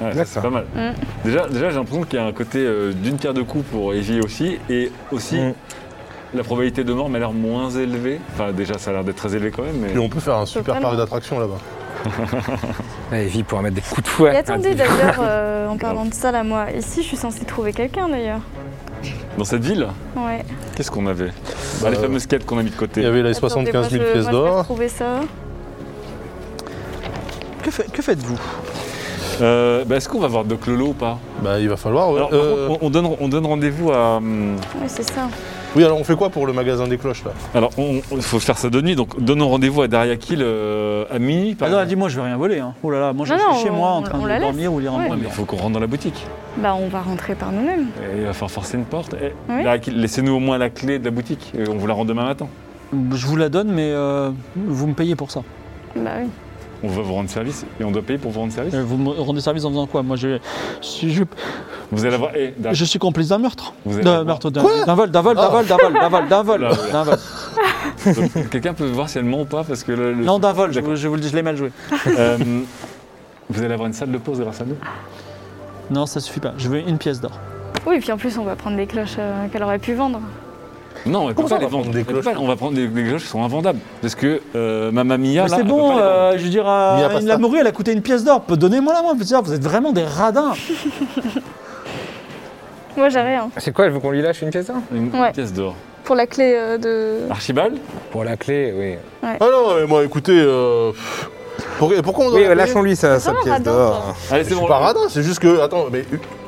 S2: Barat.
S3: ouais, ça, c'est
S5: D'accord.
S3: pas mal. Déjà, déjà j'ai l'impression qu'il y a un côté euh, d'une pierre de coups pour Evie aussi. Et aussi,
S5: Mm.
S3: la probabilité de mort m'a l'air moins élevée. Enfin, déjà, ça a l'air d'être très élevé quand même. Mais...
S4: Puis on peut faire un super
S1: Totalement.
S4: parc d'attractions là-bas.
S5: Ah, Evie pourra mettre des coups de fouet.
S1: Et
S4: Ah,
S1: attendez d'ailleurs, euh, en parlant de ça là, moi, ici je suis censée trouver quelqu'un d'ailleurs.
S3: Dans cette ville,
S1: Ouais.
S3: qu'est-ce qu'on avait Bah, Les
S4: euh,
S3: fameuses quêtes qu'on a mis de
S4: Il
S3: côté.
S4: y avait les
S1: Attendez,
S4: 75 000
S1: moi, je-
S4: pièces
S1: moi, je vais
S4: d'or.
S1: Trouver ça.
S2: Que, fait- que faites-vous
S3: Euh, bah, Est-ce qu'on va voir Doc Lolo ou pas
S4: Bah, il va falloir. ouais.
S3: Alors, par
S4: Euh,
S3: contre, on, on donne, on donne rendez-vous à. hum,
S1: Ouais, c'est ça.
S4: Oui, alors on fait quoi pour le magasin des cloches là
S3: Alors, il faut faire ça de nuit, donc donnons rendez-vous à Daria Kill euh, à minuit. par
S2: Ah non, elle
S3: exemple.
S2: dit, moi, je vais rien voler. hein. Oh là là, moi, je
S1: Non,
S2: suis
S1: non,
S2: chez moi en
S1: on-
S2: train
S1: on
S2: de
S1: la
S2: dormir ou lire un
S1: Ouais.
S3: Ouais, mais il
S2: livre.
S3: faut qu'on rentre dans la boutique.
S1: Bah, on va rentrer par nous-mêmes.
S3: Et il va falloir forcer une porte. Eh,
S1: Oui.
S3: Daria Kill, laissez-nous au moins la clé de la boutique. Et on vous la rend demain matin.
S2: Je vous la donne, mais euh, vous me payez pour ça.
S1: Bah oui.
S3: On va vous rendre service et on doit payer pour vous rendre service.
S2: Euh, Vous me rendez service en faisant quoi Moi, je- je- je,
S3: Vous allez avoir. eh, Daria,
S2: Je suis complice d'un meurtre.
S3: Vous avez
S2: D'un
S3: le
S2: meurtre, d'un d'un vol, d'un vol, d'un
S4: Ah.
S2: vol, d'un vol, d'un vol, d'un vol,
S3: Là, voilà.
S2: d'un vol.
S3: Quelqu'un peut voir si elle ment ou pas parce que là, le-
S2: Non, d'un vol, je,
S3: D'accord.
S2: vous- je vous le dis, je l'ai mal joué.
S3: Euh, vous allez avoir une salle de pause grâce à nous.
S2: Non, ça suffit pas, je veux une pièce d'or.
S1: Oui, puis en plus, on va prendre des cloches euh, qu'elle aurait pu vendre.
S3: Non, on peut
S4: Comment
S3: pas
S4: ça, on
S3: les
S4: va prendre
S3: vendre.
S4: des
S3: Elle peut
S4: cloches
S3: pas- on va prendre des, des cloches qui sont invendables parce que euh, Mamma Mia.
S2: Mais
S3: là,
S2: c'est
S3: elle
S2: bon,
S3: peut pas les vendre.
S2: euh, je veux dire,
S4: Mia
S2: euh,
S4: Pasta.
S2: une Lamoureux, elle a coûté une pièce d'or. Peu- Donnez-moi la moi, vous dire, vous êtes vraiment des radins.
S1: Moi, j'ai rien.
S5: Ah, C'est quoi Elle veut qu'on lui lâche une pièce d'or
S3: Une
S1: Ouais.
S3: pièce d'or.
S1: Pour la clé euh, de.
S3: Archibald
S5: Pour la clé, oui.
S4: Ah non, mais moi écoutez. euh, pff, pour- pourquoi on doit.
S5: Oui,
S4: la payer
S5: lâchons-lui sa, sa
S1: vraiment
S5: pièce
S1: radin,
S5: d'or.
S3: Allez,
S4: Je
S3: c'est
S4: suis
S3: bon.
S4: pas radin, c'est juste que. Attends, mais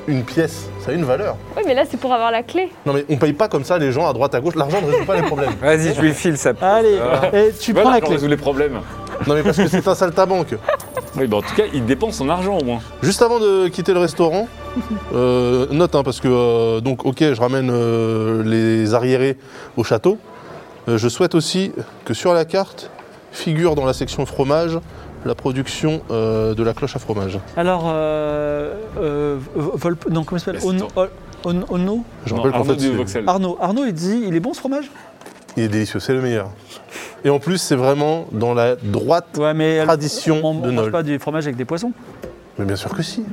S4: une pièce, ça a une valeur.
S1: Oui, mais là, c'est pour avoir la clé.
S4: Non, mais on paye pas comme ça les gens à droite à gauche. L'argent ne résout pas les problèmes.
S5: Vas-y, je lui file sa pièce.
S2: Allez,
S5: Ah.
S2: et tu prends
S3: Voilà
S2: la
S3: qu'on
S2: clé.
S3: résout les problèmes.
S4: Non, mais parce que c'est un saltabanque.
S3: Oui, bah en tout cas, il dépense son argent au moins.
S4: Juste avant de quitter le restaurant, euh, note hein, parce que euh, donc ok, je ramène euh, les arriérés au château. Euh, je souhaite aussi que sur la carte figure dans la section fromage la production euh, de la cloche à fromage.
S2: Alors, euh, euh, Vol- non, comment il s'appelle
S3: Mais c'est
S2: Ono- Ono- Ono
S4: Je
S3: Non,
S4: rappelle qu'en
S3: Arnaud
S4: fait,
S3: du
S4: c'est-
S3: Voxel.
S2: Arnaud, Arnaud, il dit, il est bon ce fromage
S4: il est délicieux, c'est le meilleur. Et en plus, c'est vraiment dans la droite.
S2: Ouais, mais
S4: Tradition
S2: on, on
S4: de
S2: mange
S4: Nol.
S2: pas du fromage avec des poissons.
S4: Mais bien sûr que si.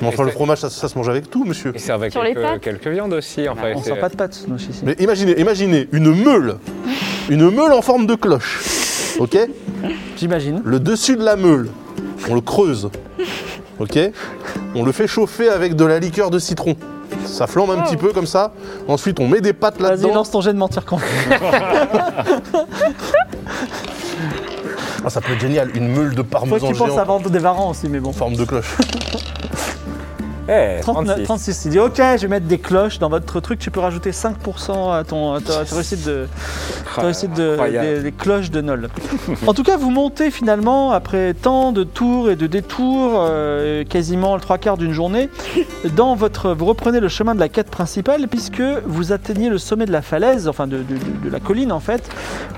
S4: Mais enfin,
S5: Et
S4: le
S5: c'est-
S4: fromage, ça, ça se mange avec tout, monsieur.
S5: Il servait
S1: Sur les
S5: quelques,
S1: pattes
S5: quelques viandes aussi. Enfin,
S2: on
S5: c'est-
S2: sent pas de pâtes, nous, ici.
S4: Mais imaginez, imaginez une meule, une meule en forme de cloche, ok
S2: J'imagine.
S4: Le dessus de la meule, on le creuse, ok On le fait chauffer avec de la liqueur de citron. Ça flambe un petit peu comme ça. Ensuite, on met des pâtes
S2: Vas-y,
S4: là-dedans.
S2: lance ton jet de mentir quand
S4: Ah, ça peut être génial, une meule de
S2: Faut que
S4: parmesan
S2: tu penses à
S4: géant
S2: vendre des varans aussi, mais bon.
S4: en forme de cloche.
S5: Eh,
S2: 39,
S5: 36.
S2: 36, il dit ok, je vais mettre des cloches dans votre truc, tu peux rajouter 5% à, ton, à ta, à ta réussite, de, ta réussite de-
S5: incroyable.
S2: des, des cloches de Nol. en tout cas, vous montez finalement, après tant de tours et de détours, euh, quasiment le trois quarts d'une journée, dans votre, vous reprenez le chemin de la quête principale puisque vous atteignez le sommet de la falaise, enfin de, de- de- de la colline en fait,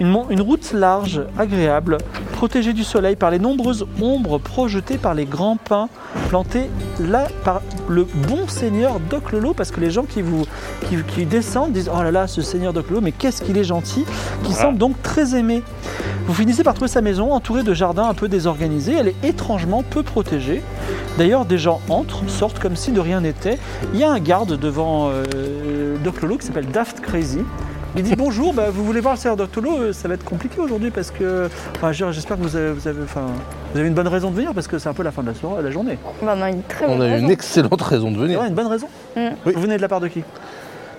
S2: une, mon- une route large, agréable, protégée du soleil par les nombreuses ombres projetées par les grands pins plantés là par le bon seigneur Doc Lolo, parce que les gens qui vous qui, qui descendent disent oh là là ce seigneur Doc Lolo, mais qu'est-ce qu'il est gentil, qui semble donc très aimé. Vous finissez par trouver sa maison entourée de jardins un peu désorganisés. Elle est étrangement peu protégée. D'ailleurs, des gens entrent, sortent comme si de rien n'était. Il y a un garde devant euh, Doc Lolo qui s'appelle Daft Crazy. Il dit bonjour, bah, vous voulez voir le Seigneur Doc Lolo Euh, Ça va être compliqué aujourd'hui parce que. Enfin, je- j'espère que vous avez, vous, avez, enfin, vous avez une bonne raison de venir parce que c'est un peu la fin de la, soirée, de la journée.
S1: Bah, on a une très
S4: On
S1: bonne
S4: a
S1: raison.
S4: une excellente raison de venir.
S2: Ouais, une bonne raison
S1: Mm.
S4: Oui.
S2: Vous venez de la part de qui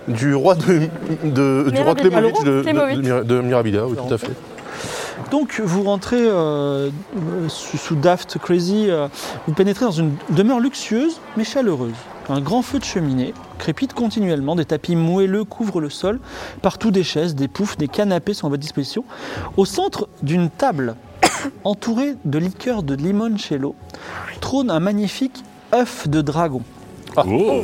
S4: Du roi de, de- du roi
S1: Mirabilia.
S4: Clémovitch de, de,
S1: Clémovitch.
S4: de Mira- de Mirabilia, oui, tout à fait.
S2: Donc vous rentrez euh, euh, sous, sous Daft Crazy, euh, vous pénétrez dans une demeure luxueuse mais chaleureuse. Un grand feu de cheminée crépite continuellement, des tapis moelleux couvrent le sol, partout des chaises, des poufs, des canapés sont à votre disposition. Au centre d'une table entourée de liqueurs de limoncello trône un magnifique œuf de dragon.
S4: Ah.
S3: Oh.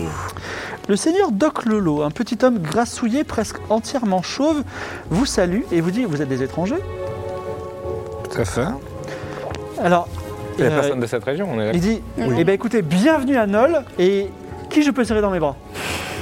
S2: Le seigneur Doc Lolo, un petit homme grassouillé, presque entièrement chauve, vous salue et vous dit Vous êtes des étrangers
S5: Tout à fait.
S2: Alors,
S5: Ah, Il n'y a
S2: euh,
S5: personne de cette région, on est
S2: il
S5: là.
S2: dit
S1: Oui.
S2: Eh bien, écoutez, bienvenue à Nol et qui je peux serrer dans mes bras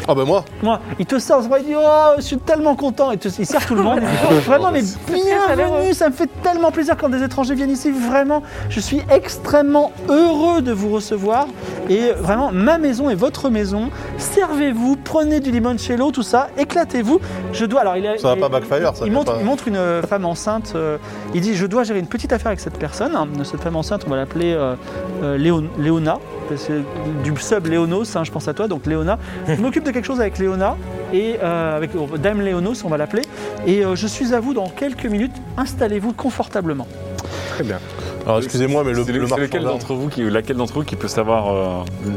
S4: Ah bah moi
S2: Moi, il te serre, il dit Oh, je suis tellement content Et te- il serre tout le monde. Il dit, Oh, vraiment, mais bienvenue, ça me fait tellement plaisir quand des étrangers viennent ici. Vraiment, je suis extrêmement heureux de vous recevoir. Et vraiment, ma maison est votre maison. Servez-vous, prenez du limoncello, tout ça, éclatez-vous. Je dois. Alors, il a-
S4: Ça va
S2: il-
S4: pas backfire, ça
S2: il
S4: va
S2: montre,
S4: pas-
S2: il montre une femme enceinte. euh, il dit Je dois gérer une petite affaire avec cette personne. hein. Cette femme enceinte, on va l'appeler euh, euh, Léon- Léona. parce que Du sub Léonos, hein, je pense à toi, donc Léona. Je m'occupe de quelque chose avec Léona et euh, avec euh, Dame Léonos, on va l'appeler. Et euh, je suis à vous dans quelques minutes. Installez-vous confortablement.
S5: Très bien.
S4: Alors Ah, excusez-moi, mais le,
S3: c'est
S4: le
S3: le- c'est
S4: marchand
S3: lequel
S4: d'armes-
S3: d'entre vous qui, laquelle d'entre vous qui peut savoir euh,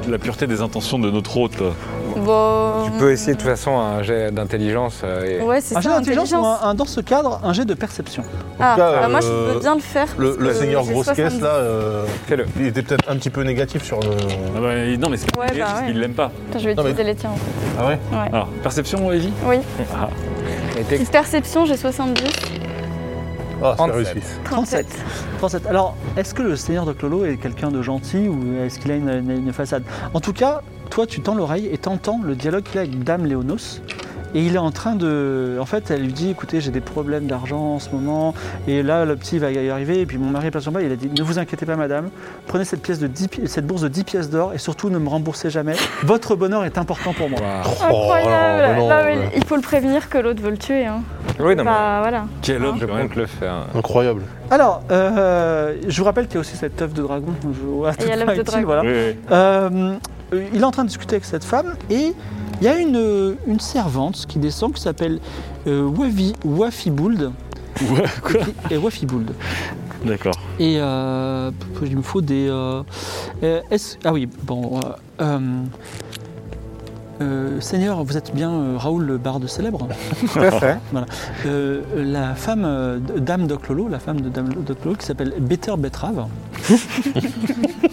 S3: la pureté des intentions de notre hôte euh,
S1: Bon,
S5: Tu peux essayer de toute façon un jet d'intelligence. euh, et-
S1: Ouais, c'est
S2: Un
S1: ça,
S2: jet d'intelligence ou
S1: intelligence.
S2: un, un- dans ce cadre, un jet de perception.
S1: Ah,
S4: cas,
S1: bah, moi je
S4: euh,
S1: veux bien le faire.
S4: Le,
S1: parce
S4: le
S2: Euh,
S1: que
S4: seigneur
S1: j'ai
S4: grosse caisse
S1: 70.
S4: là, euh,
S5: Fais-le.
S4: il était peut-être un petit peu négatif sur le.
S3: Ah bah, il- Non, mais c'est pas
S1: Ouais,
S3: compliqué,
S1: bah
S3: parce
S1: ouais.
S3: qu'il l'aime pas.
S1: Attends, je vais
S4: Non, mais-
S1: utiliser les tiens. en fait.
S4: Ah ouais
S3: Alors, perception, Evie
S1: Oui.
S3: Ah.
S5: et t'es-
S1: Perception, j'ai 70.
S4: Ah, c'est
S5: 37.
S4: réussi.
S2: 37. 37. Alors, est-ce que le seigneur de Clolo est quelqu'un de gentil ou est-ce qu'il a une, une- une façade En tout cas, toi, tu tends l'oreille et t'entends le dialogue qu'il a avec Dame Léonos. Et il est en train de. En fait, elle lui dit écoutez, j'ai des problèmes d'argent en ce moment. Et là, le petit va y arriver. Et puis mon mari est pas sur moi. Il a dit ne vous inquiétez pas, madame. Prenez cette, pièce de 10 pi- cette bourse de 10 pièces d'or. Et surtout, ne me remboursez jamais. Votre bonheur est important pour moi.
S5: Waouh.
S1: Incroyable
S4: Oh, non,
S1: Là,
S4: non,
S1: mais Il faut le prévenir que l'autre veut le tuer. Hein.
S5: Oui, non, mais
S1: Bah voilà.
S3: Quel homme,
S5: je
S3: quand
S5: compte
S3: même.
S5: le faire.
S4: Incroyable.
S2: Alors, euh, je vous rappelle qu'il y a aussi cette œuf de dragon.
S1: Et il y a l'œuf de dragon.
S2: Voilà.
S3: Oui, oui.
S2: Euh, il est en train de discuter avec cette femme et il y a une, euh, une servante qui descend qui s'appelle euh, Wafi, Wafibould.
S3: Ouais, quoi
S2: Et Wafibould.
S3: D'accord.
S2: Et euh, il me faut des. euh, euh, est-ce- ah oui, bon. euh, euh, euh, Seigneur, vous êtes bien euh, Raoul le barde célèbre
S5: Tout à fait.
S2: Euh, La femme, euh, de- Dame Doclolo, la femme de Dame Doclolo qui s'appelle Better Betrave.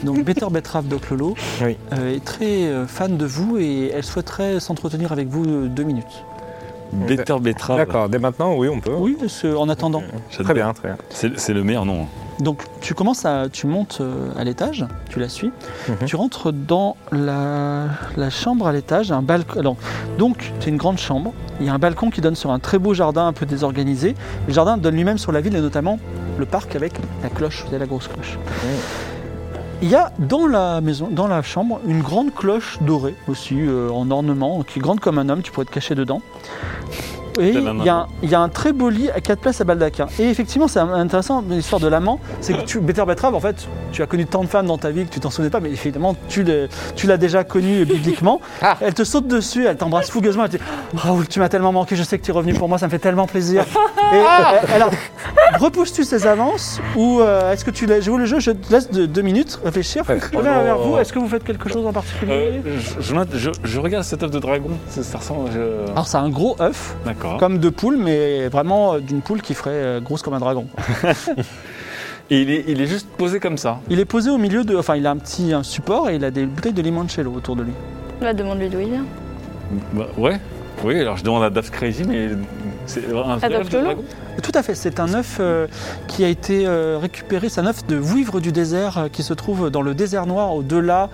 S2: Donc Better Betrave Doclolo
S5: Oui.
S2: euh, est très euh, fan de vous et elle souhaiterait s'entretenir avec vous euh, deux minutes.
S3: Better Betrave.
S5: D'accord, dès maintenant, oui, on peut.
S2: Oui, Euh, ce- en attendant.
S3: J'adore.
S5: Très bien, très bien.
S3: C'est c'est le meilleur nom. hein.
S2: Donc tu commences à, tu montes euh, à l'étage, tu la suis,
S5: Mhm.
S2: tu rentres dans la, la chambre à l'étage, un balcon. alors, donc c'est une grande chambre. Il y a un balcon qui donne sur un très beau jardin un peu désorganisé. Le jardin donne lui-même sur la ville et notamment le parc avec la cloche, vous savez, la grosse cloche. Il y a dans la maison, dans la chambre, une grande cloche dorée aussi euh, en ornement, qui est grande comme un homme, tu pourrais te cacher dedans. Et
S3: Tel un
S2: il y, a un- il y a un très beau lit à 4 places à baldaquin. Et effectivement, c'est intéressant, l'histoire de l'amant, c'est que tu, Better Betrave, en fait, tu as connu tant de femmes dans ta vie que tu t'en souvenais pas, mais évidemment, tu l'es- tu l'as déjà connue bibliquement.
S5: Ah.
S2: Elle te saute dessus, elle t'embrasse fougueusement, elle te dit Raoul, tu m'as tellement manqué, je sais que tu es revenu pour moi, ça me fait tellement plaisir. Et euh, alors, repousses-tu ces avances ou euh, est-ce que tu la- joues le jeu Je te laisse de- deux minutes réfléchir.
S5: Ouais.
S2: Reviens
S3: Oh.
S2: vers vous, est-ce que vous faites quelque chose en particulier
S3: Euh, je, je- je regarde cette œuf de dragon. Ça, ça ressemble. je-
S2: Alors, c'est un gros œuf,
S3: D'accord.
S2: comme de poule, mais vraiment euh, d'une poule qui ferait euh, grosse comme un dragon.
S3: Et il est, il est juste posé comme ça.
S2: Il est posé au milieu de. Enfin, il a un petit un support et il a des bouteilles de limoncello autour de lui.
S1: Là, demande-lui d'où il vient.
S3: Bah, ouais. Oui, alors je demande à Daft Crazy, mais c'est un vrai
S1: Daft
S3: œuf de
S1: Lolo
S3: dragon.
S2: Tout à fait, c'est un œuf euh, qui a été euh, récupéré, c'est un œuf de vouivre du désert euh, qui se trouve dans le désert noir au-delà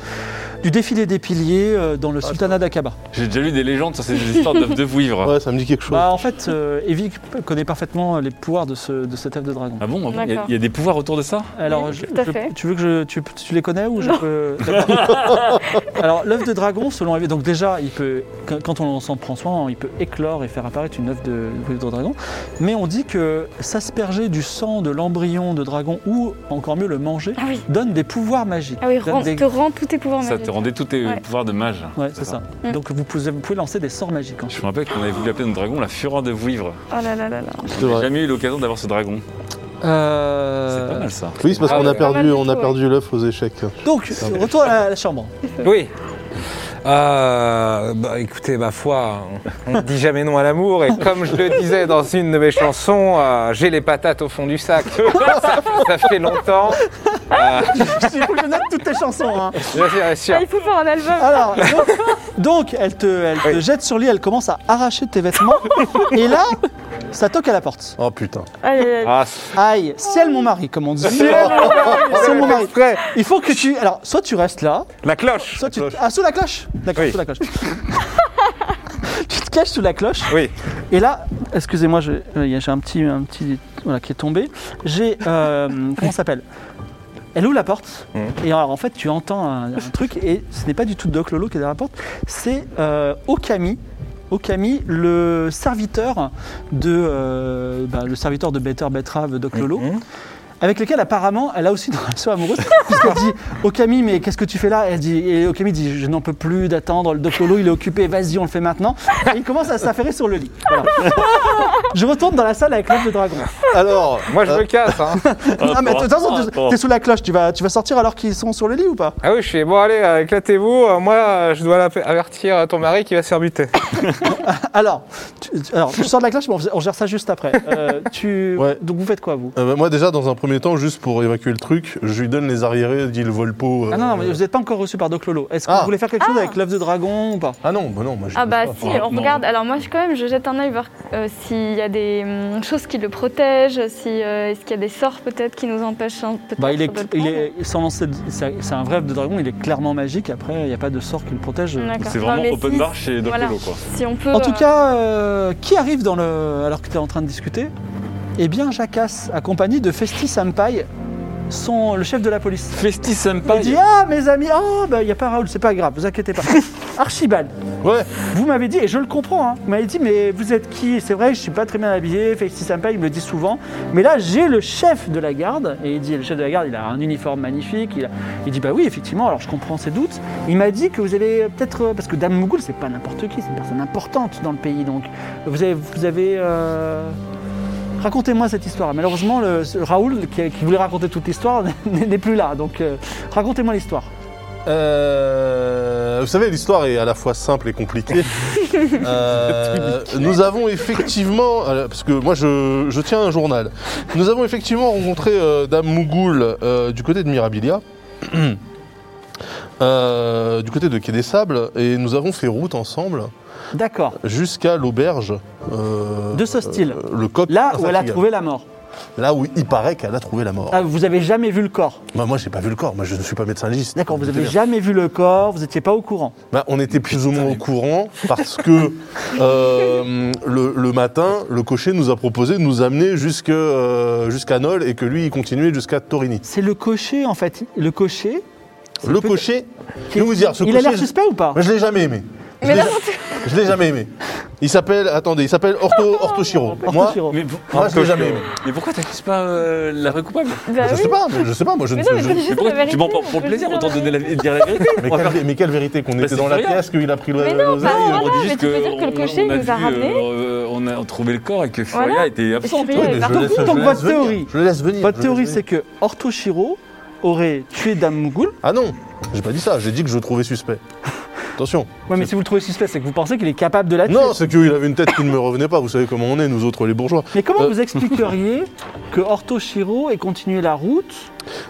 S2: du défilé des piliers euh, dans le sultanat d'Aqaba.
S3: J'ai déjà lu des légendes sur ces histoires d'œufs de vouivre.
S4: Ouais, ça me dit quelque chose.
S2: Bah, en fait, euh, Evie connaît parfaitement euh, les pouvoirs de, ce- de cet œuf de dragon.
S3: Ah bon, ah bon, il y a-
S1: D'accord.
S3: il y, a des pouvoirs autour de ça
S2: Alors,
S1: Oui,
S2: je-
S1: tout à
S2: je-
S1: fait.
S2: tu veux que je, tu, tu les connais ou je peux D'accord. Alors, l'œuf de dragon, selon Evie, donc déjà, il peut, quand- quand on s'en prend soin, il peut éclore et faire apparaître une œuf de, de dragon. Mais on dit que s'asperger du sang de l'embryon de dragon ou encore mieux le manger
S1: Ah oui.
S2: donne des pouvoirs magiques.
S1: Ah oui,
S2: Donne
S1: rend,
S2: des-
S1: te rend tous tes pouvoirs
S3: Ça
S1: magiques.
S3: te rendait tous tes
S1: Ouais.
S3: pouvoirs de mage.
S2: Ouais, c'est ça.
S1: Mm.
S2: Donc vous pouvez, vous pouvez lancer des sorts magiques. hein.
S3: Je me rappelle qu'on avait voulu appeler notre dragon la fureur de vouivre.
S1: Oh là là là là.
S4: C'est
S3: J'ai
S4: vrai.
S3: jamais eu l'occasion d'avoir ce dragon.
S2: Euh,
S3: C'est pas mal ça.
S4: Oui, c'est parce
S5: Ah
S4: qu'on
S5: ouais.
S4: a perdu,
S1: mal du
S4: on a
S1: tout,
S4: perdu l'œuf aux échecs.
S2: Donc, retour à la, la chambre.
S5: Oui. Euh, bah, écoutez, ma foi, on ne dit jamais non à l'amour. Et comme je le disais dans une de mes chansons, euh, j'ai les patates au fond du sac. ça, ça fait longtemps. Euh,
S2: Il faut que je note toutes tes chansons. hein.
S5: bien sûr, bien sûr.
S1: Ah, il faut faire un album.
S2: Alors, donc, donc, elle, te, elle te
S5: Oui.
S2: jette sur lui, elle commence à arracher tes vêtements. et là, ça toque à la porte.
S4: Oh putain.
S1: Allez, allez.
S5: Ah,
S2: Aïe, ciel mon mari, comme on dit. Ciel mon mari. Il faut que tu. Alors, soit tu restes là,
S5: la cloche.
S2: soit tu. Ah, sous la cloche D'accord,
S5: Oui.
S2: sous la cloche. tu te caches sous la cloche.
S5: Oui.
S2: Et là, excusez-moi, je- euh, y a- j'ai un petit, un petit voilà, qui est tombé. J'ai. euh, comment ça s'appelle Elle ouvre la porte. Et alors, en fait, tu entends un, un truc. Et ce n'est pas du tout Doc Lolo qui est derrière la porte. C'est euh, Okami. Okami, le serviteur de euh, bah, le serviteur de Better Betrave Doc Lolo, avec lequel apparemment elle a aussi une relation amoureuse. Puisqu'elle dit Okami, mais qu'est-ce que tu fais là Elle dit et Okami dit je n'en peux plus d'attendre. Le Doc Lolo il est occupé. Vas-y, on le fait maintenant. Et il commence à s'affairer sur le lit. Voilà. je retourne dans la salle avec l'œuf de dragon.
S4: Alors,
S5: Moi, je me casse. hein.
S2: Ah mais attends, attends, t'es- t'es sous la cloche. Tu vas, tu vas sortir alors qu'ils sont sur le lit ou pas
S5: Ah oui, je suis bon, allez, euh, éclatez-vous. Euh, Moi, euh, je dois l'app- avertir euh, ton mari qui va se faire buter.
S2: Alors, tu, tu- alors, tu sors de la cloche, mais on, on gère ça juste après. Euh, tu,
S4: Ouais.
S2: donc vous faites quoi vous
S4: euh, bah, moi déjà, dans un premier temps, juste pour évacuer le truc, je lui donne les arriérés d'Il Volpo. euh,
S2: Ah non, non, mais vous n'êtes pas encore reçu par Doc Lolo. Est-ce que
S4: Ah.
S2: vous voulez faire quelque chose avec l'œuf de dragon ou pas
S4: Ah non, bah non, moi je.
S1: Ah bah si, on
S3: non.
S1: regarde. Alors moi, je, quand même, je jette un œil voir euh, s'il y a des hum, choses qui le protègent, si, euh, est-ce qu'il y a des sorts peut-être qui nous empêchent un- peut-être
S2: Bah, il est,
S1: de le prendre.
S2: il est, sans lancer de- c'est c'est un vrai œuf de dragon, il est clairement magique. Après, il n'y a pas de sort qui le protège.
S1: D'accord.
S3: C'est
S1: Non,
S3: vraiment
S1: mais
S3: open
S1: si-
S3: bar chez Doc
S1: voilà.
S3: Lolo, quoi.
S1: Si on peut.
S2: En tout
S1: euh,
S2: cas, euh, qui arrive dans le, alors que tu es en train de discuter Eh bien, Jacasse, accompagné de Festi Sampai, son, le chef de la police.
S3: Festi
S2: Il
S3: Senpai.
S2: dit Ah, mes amis, oh, bah, il n'y a pas Raoul, c'est pas grave, vous inquiétez pas. Archibald,
S4: Ouais.
S2: vous m'avez dit, et je le comprends, hein, vous m'avez dit, mais vous êtes qui C'est vrai, je suis pas très bien habillé, Festi Sampai, il me le dit souvent. Mais là, j'ai le chef de la garde, et il dit Le chef de la garde, il a un uniforme magnifique. Il, a- il dit Bah oui, effectivement, alors je comprends ses doutes. Il m'a dit que vous avez peut-être. euh, Parce que Dame Mougoul, c'est pas n'importe qui, c'est une personne importante dans le pays, donc vous avez. Vous avez euh, Racontez-moi cette histoire. Malheureusement, le, ce Raoul, qui, qui voulait raconter toute l'histoire, n'est n'est plus là. Donc, euh, racontez-moi l'histoire.
S4: Euh, vous savez, l'histoire est à la fois simple et compliquée. Euh, nous avons effectivement, euh, parce que moi je, je tiens un journal, nous avons effectivement rencontré euh, Dame Mougoul euh, du côté de Mirabilia, euh, du côté de Quai des Sables, et nous avons fait route ensemble
S2: D'accord.
S4: jusqu'à l'auberge. euh,
S2: De ce style.
S4: euh, le coq.
S2: Là où elle a
S4: infatigable.
S2: trouvé la mort.
S4: Là où il paraît qu'elle a trouvé la mort.
S2: Ah, vous avez jamais vu le corps.
S4: Bah, moi j'ai pas vu le corps, moi je ne suis pas médecin légiste.
S2: D'accord, vous
S4: Écoutez
S2: avez
S4: bien.
S2: jamais vu le corps, vous n'étiez pas au courant.
S4: Bah, on était plus ou moins au courant parce que euh, le, le matin, le cocher nous a proposé de nous amener jusque, euh, jusqu'à Nol et que lui, il continuait jusqu'à Torini.
S2: C'est le cocher, en fait. Le cocher. c'est
S4: Le
S2: peut-
S4: cocher, je vais vous dire, ce
S2: Il a
S4: cocher,
S2: l'air
S4: je-
S2: suspect ou pas
S4: moi, je l'ai jamais aimé. Je l'ai, je l'ai jamais aimé. Il s'appelle, attendez, il s'appelle Orto, Orto Shiro. Moi,
S2: Orthochiro.
S3: Mais, pour-
S4: moi, je l'ai jamais aimé.
S3: mais pourquoi t'accuses pas euh, la vraie coupable
S1: bah
S4: Je
S1: oui.
S4: sais pas, mais je sais pas, moi je ne
S1: Mais
S4: sais
S1: non, mais
S4: je-
S1: c'est juste
S3: Mais
S1: la
S3: pourquoi
S1: vérité,
S3: tu m'en parles
S1: on
S3: pour
S1: peut
S3: plaisir
S1: juste
S3: autant
S1: la
S3: donner la, dire la vérité
S4: Mais
S3: On va faire-
S4: quelle, mais quelle vérité qu'on
S3: Bah,
S4: était
S3: c'est
S4: dans la
S3: incroyable.
S4: pièce, qu'il a pris le.
S1: Mais non,
S4: le-
S1: bah,
S3: Oui,
S1: voilà,
S3: on dit
S1: mais
S3: juste
S1: tu peux dire que le
S3: que on-
S1: cocher,
S3: on a
S1: il nous a
S3: vu,
S1: ramenés.
S3: euh, on a trouvé le corps et que Floria
S1: Voilà.
S3: était absente.
S1: Furia
S4: Oui,
S1: est
S4: mais je
S1: partie.
S4: le laisse- je
S2: donc
S4: le
S2: votre
S4: laisse venir.
S2: théorie.
S4: Je le laisse venir.
S2: Votre
S4: je le laisse
S2: théorie,
S4: venir.
S2: c'est que Orthochiro aurait tué Dame Mougoul.
S4: Ah non, j'ai pas dit ça, j'ai dit que je le trouvais suspect. Attention.
S2: Ouais, mais si vous le trouvez suspect, c'est que vous pensez qu'il est capable de la tuer.
S4: Non, c'est qu'il avait une tête qui ne me revenait pas. Vous savez comment on est, nous autres les bourgeois.
S2: Mais comment
S4: Euh.
S2: vous expliqueriez que Orthochiro ait continué la route